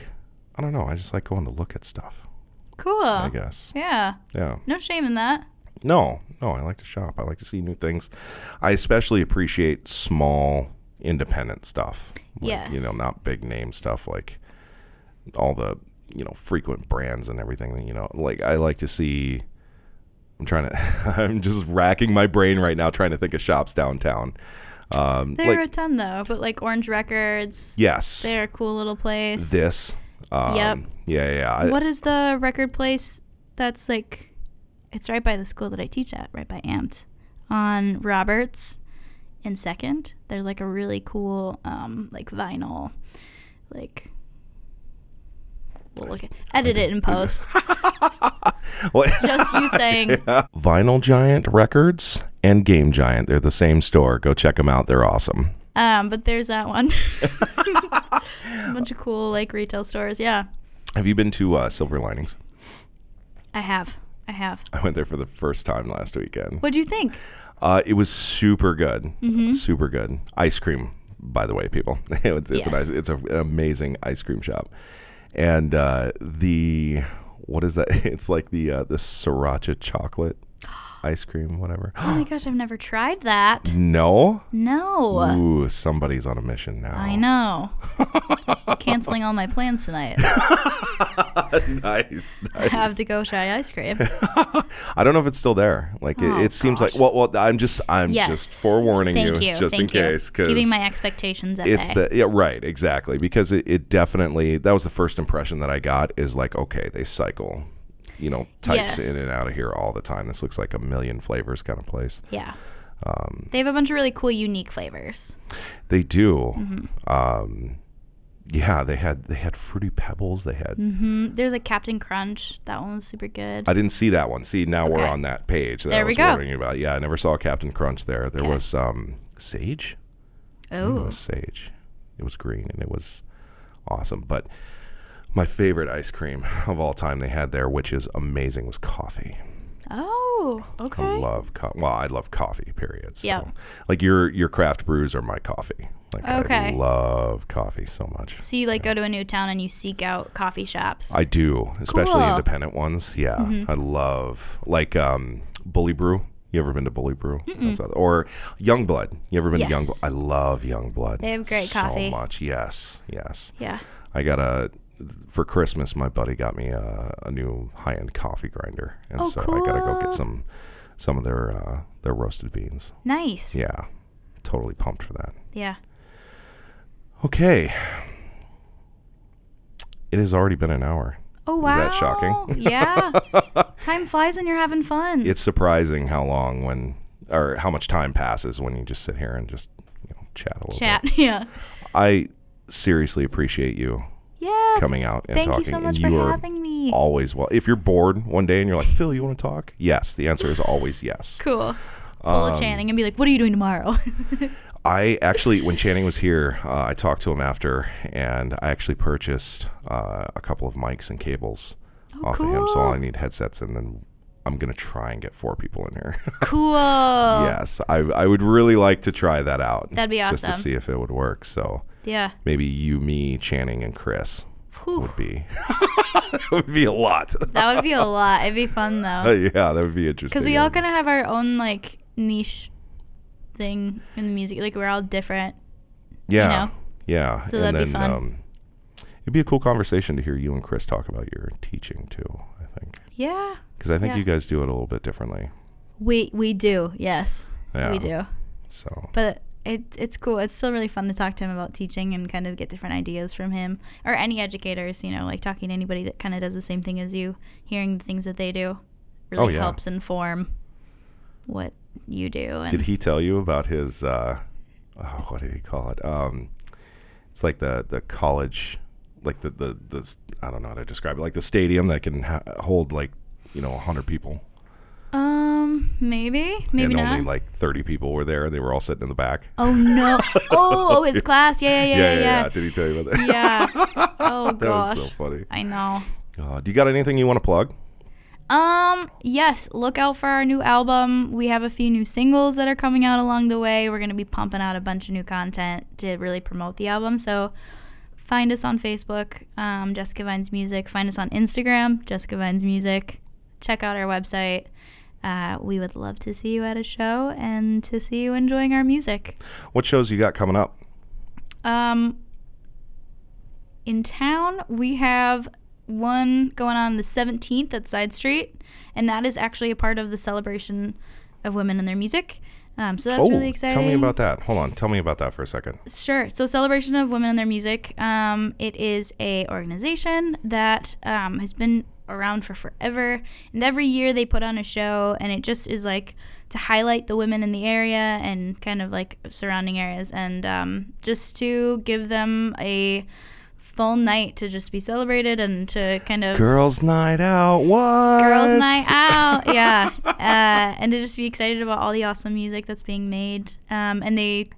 Speaker 1: i don't know i just like going to look at stuff
Speaker 5: Cool.
Speaker 1: i guess
Speaker 5: Yeah.
Speaker 1: yeah
Speaker 5: No shame in that.
Speaker 1: No, no, I like to shop. I like to see new things. I especially appreciate small, independent stuff. Like, You
Speaker 5: Yes.
Speaker 1: know, not big name stuff like all the, you know, frequent brands and everything. You know, like I like to see. I'm trying to, I'm just racking my brain right now trying to think of shops downtown. Um,
Speaker 5: There
Speaker 1: like,
Speaker 5: are a ton though, but like Orange Records,
Speaker 1: yes,
Speaker 5: they're a cool little place.
Speaker 1: this. Um,
Speaker 5: Yep.
Speaker 1: Yeah, yeah. I,
Speaker 5: what is the record place that's like? It's right by the school that I teach at, right by Amped, on Roberts, and Second. There's like a really cool, um, like vinyl, like. We'll look at, edit it in post.
Speaker 1: What-
Speaker 5: Just you saying,
Speaker 1: Vinyl Giant Records and Game Giant. They're the same store. Go check them out. They're awesome.
Speaker 5: um, but there's that one. a bunch of cool like retail stores. Yeah,
Speaker 1: Have you been to uh, Silver Linings?
Speaker 5: I have, I have.
Speaker 1: I went there for the first time last weekend.
Speaker 5: What Mm-hmm. do you think?
Speaker 1: Uh, it was super good, super good. Ice cream, by the way, people. it's, it's, an
Speaker 5: Yes.
Speaker 1: ice, it's a, an amazing ice cream shop, and uh, the what is that? It's like the uh, the sriracha chocolate ice cream, whatever.
Speaker 5: Oh my gosh, I've never tried that.
Speaker 1: no,
Speaker 5: No.
Speaker 1: ooh, somebody's on a mission now.
Speaker 5: I know. Canceling all my plans tonight.
Speaker 1: nice,
Speaker 5: I
Speaker 1: nice.
Speaker 5: have to go try ice cream.
Speaker 1: I don't know if it's still there. Like it, it seems like. Well, well, I'm just I'm
Speaker 5: Oh, Yes.
Speaker 1: just forewarning
Speaker 5: Thank you.
Speaker 1: just in
Speaker 5: Thank you.
Speaker 1: case
Speaker 5: Keeping my expectations at
Speaker 1: it's
Speaker 5: bay.
Speaker 1: the yeah right exactly because it, it definitely that was the first impression that i got is like okay they cycle you know types
Speaker 5: Yes.
Speaker 1: in and out of here all the time this looks like a million flavors kind of place
Speaker 5: yeah.
Speaker 1: um,
Speaker 5: they have a bunch of really cool, unique flavors.
Speaker 1: they do um yeah they had they had fruity pebbles they had
Speaker 5: Mm, There's a Captain Crunch. That one was super good.
Speaker 1: i didn't see that one see now we're
Speaker 5: Okay.
Speaker 1: on that page that I
Speaker 5: There we
Speaker 1: was
Speaker 5: go.
Speaker 1: wondering about yeah i never saw captain crunch there there was um sage It
Speaker 5: oh,
Speaker 1: was sage. It was green and it was awesome. But my favorite ice cream of all time they had there, which is amazing, was coffee.
Speaker 5: oh, okay.
Speaker 1: I love coffee. Well, I love coffee. Period. So,
Speaker 5: Yep.
Speaker 1: Like your your craft brews are my coffee. Like I
Speaker 5: Okay.
Speaker 1: love coffee so much.
Speaker 5: So you like go to a new town and you seek out coffee shops.
Speaker 1: I do, especially
Speaker 5: Cool. Mm-hmm.
Speaker 1: independent ones. Yeah, I love like um, Bully Brew. You ever been to Bully Brew? That's out- Or Young Blood. You ever been to Young
Speaker 5: Yes.
Speaker 1: I love Young Blood.
Speaker 5: They have great
Speaker 1: so
Speaker 5: coffee.
Speaker 1: much. Yes. Yes.
Speaker 5: yeah.
Speaker 1: I got a for Christmas. My buddy got me a, a new high-end coffee grinder, and
Speaker 5: Oh,
Speaker 1: so I gotta go get
Speaker 5: cool.
Speaker 1: some some of their uh, their roasted beans.
Speaker 5: Nice. Yeah.
Speaker 1: Yeah, totally pumped for that. Okay, it has already been an hour.
Speaker 5: Oh
Speaker 1: Is
Speaker 5: wow.
Speaker 1: that shocking?
Speaker 5: yeah. Time flies when you're having fun.
Speaker 1: It's surprising how long when or how much time passes when you just sit here and just you know chat a little
Speaker 5: Chat. Yeah.
Speaker 1: bit. I seriously appreciate you
Speaker 5: Yeah.
Speaker 1: coming out and
Speaker 5: Thank
Speaker 1: talking.
Speaker 5: you so
Speaker 1: and
Speaker 5: much
Speaker 1: you
Speaker 5: for
Speaker 1: are
Speaker 5: having me.
Speaker 1: always well. If you're bored one day and you're like, Phil, you want to talk? Yes. The answer is always yes.
Speaker 5: Cool. Pull
Speaker 1: Um,
Speaker 5: a Channing and be like, "What are you doing tomorrow?"
Speaker 1: I actually, when Channing was here, uh, I talked to him after, and I actually purchased uh, a couple of mics and cables off of him. So all I
Speaker 5: Oh, cool.
Speaker 1: need headsets, and then I'm gonna try and get four people in here.
Speaker 5: cool.
Speaker 1: yes, I, I would really like to try that out.
Speaker 5: That'd be
Speaker 1: Just to
Speaker 5: awesome.
Speaker 1: see if it would work. So
Speaker 5: Yeah.
Speaker 1: maybe you, me, Channing, and Chris.
Speaker 5: Whew,
Speaker 1: would be. that would be a lot.
Speaker 5: that would be a lot. It'd be fun though,
Speaker 1: yeah, that would be interesting.
Speaker 5: because we all kind of have our own like niche thing in the music. Like we're all different.
Speaker 1: yeah,
Speaker 5: know.
Speaker 1: yeah,
Speaker 5: So
Speaker 1: and
Speaker 5: that'd
Speaker 1: then
Speaker 5: be fun.
Speaker 1: um, it'd be a cool conversation to hear you and Chris talk about your teaching too. I think
Speaker 5: Yeah,
Speaker 1: because I think
Speaker 5: Yeah.
Speaker 1: you guys do it a little bit differently.
Speaker 5: we we do. Yes,
Speaker 1: Yeah,
Speaker 5: we do.
Speaker 1: So
Speaker 5: But it, it's cool. It's still really fun to talk to him about teaching and kind of get different ideas from him or any educators. You know, like talking to anybody that kind of does the same thing as you, hearing the things that they do, really
Speaker 1: Oh, yeah.
Speaker 5: helps inform what you do. And
Speaker 1: did he tell you about his uh, oh, what did he call it? Um, it's like the the college, like the the the s- I don't know how to describe it, like the stadium that can ha- hold like you know hundred people.
Speaker 5: um, maybe, maybe
Speaker 1: and
Speaker 5: not.
Speaker 1: only like 30 people were there. They were all sitting in the back.
Speaker 5: oh no! Oh, oh, his class. Yeah, yeah, yeah, yeah,
Speaker 1: Did he tell you about that?
Speaker 5: yeah. yeah. Oh
Speaker 1: that
Speaker 5: gosh,
Speaker 1: was so funny.
Speaker 5: I know.
Speaker 1: Uh, do you got anything you want to plug?
Speaker 5: Um, yes, look out for our new album. We have a few new singles that are coming out along the way. We're going to be pumping out a bunch of new content to really promote the album. So find us on Facebook, um, Jessica Vines Music. Find us on Instagram, Jessica Vines Music. Check out our website. Uh, we would love to see you at a show and to see you enjoying our music.
Speaker 1: What shows you got coming up?
Speaker 5: Um, in town, we have one going on the 17th at Side Street, and that is actually a part of the celebration of women and their music. Um, so that's really exciting.
Speaker 1: Oh, tell me about that. Hold on. Tell me about that for a second.
Speaker 5: Sure. So celebration of women and their music. Um, it is a organization that um, has been around for forever, and every year they put on a show, and it just is like to highlight the women in the area and kind of like surrounding areas, and um, just to give them a full night to just be celebrated and to kind of
Speaker 1: Girls' night out. What?
Speaker 5: girls' night out. Yeah, uh, and to just be excited about all the awesome music that's being made. Um, and they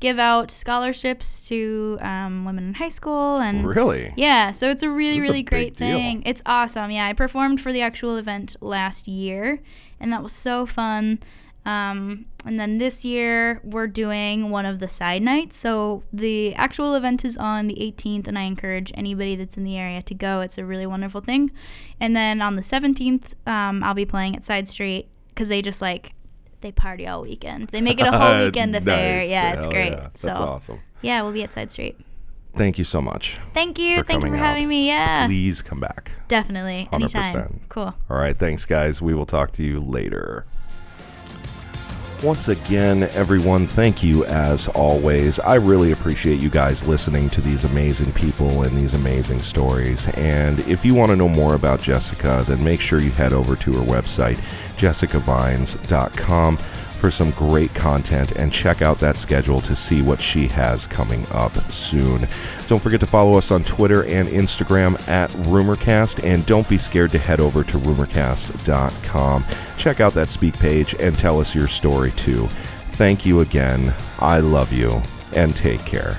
Speaker 5: give out scholarships to um, women in high school and.
Speaker 1: Really?
Speaker 5: Yeah, so it's a
Speaker 1: That's
Speaker 5: really,
Speaker 1: a
Speaker 5: really
Speaker 1: big
Speaker 5: great
Speaker 1: deal.
Speaker 5: thing. It's awesome. Yeah, I performed for the actual event last year, and that was so fun. Um, and then this year, we're doing one of the side nights. So the actual event is on the 18th, and I encourage anybody that's in the area to go. It's a really wonderful thing. And then on the 17th, um, I'll be playing at Side Street because they just like, they party all weekend. They make it a whole weekend affair.
Speaker 1: Nice.
Speaker 5: Yeah, it's
Speaker 1: Hell
Speaker 5: great.
Speaker 1: yeah. That's
Speaker 5: so,
Speaker 1: awesome.
Speaker 5: yeah, we'll be at Side Street.
Speaker 1: Thank you so much.
Speaker 5: Thank you.
Speaker 1: For
Speaker 5: Thank you
Speaker 1: coming
Speaker 5: for
Speaker 1: out.
Speaker 5: having me. Yeah.
Speaker 1: Please come back.
Speaker 5: Definitely. Anytime.
Speaker 1: 100%.
Speaker 5: Cool.
Speaker 1: All right, thanks, guys. We will talk to you later. Once again, everyone, thank you as always. I really appreciate you guys listening to these amazing people and these amazing stories. And if you want to know more about Jessica, then make sure you head over to her website, jessicavines.com, for some great content and check out that schedule to see what she has coming up soon. Don't forget to follow us on Twitter and Instagram at Rumorcast, and don't be scared to head over to rumorcast.com. Check out that speak page and tell us your story too. Thank you again. I love you, and take care.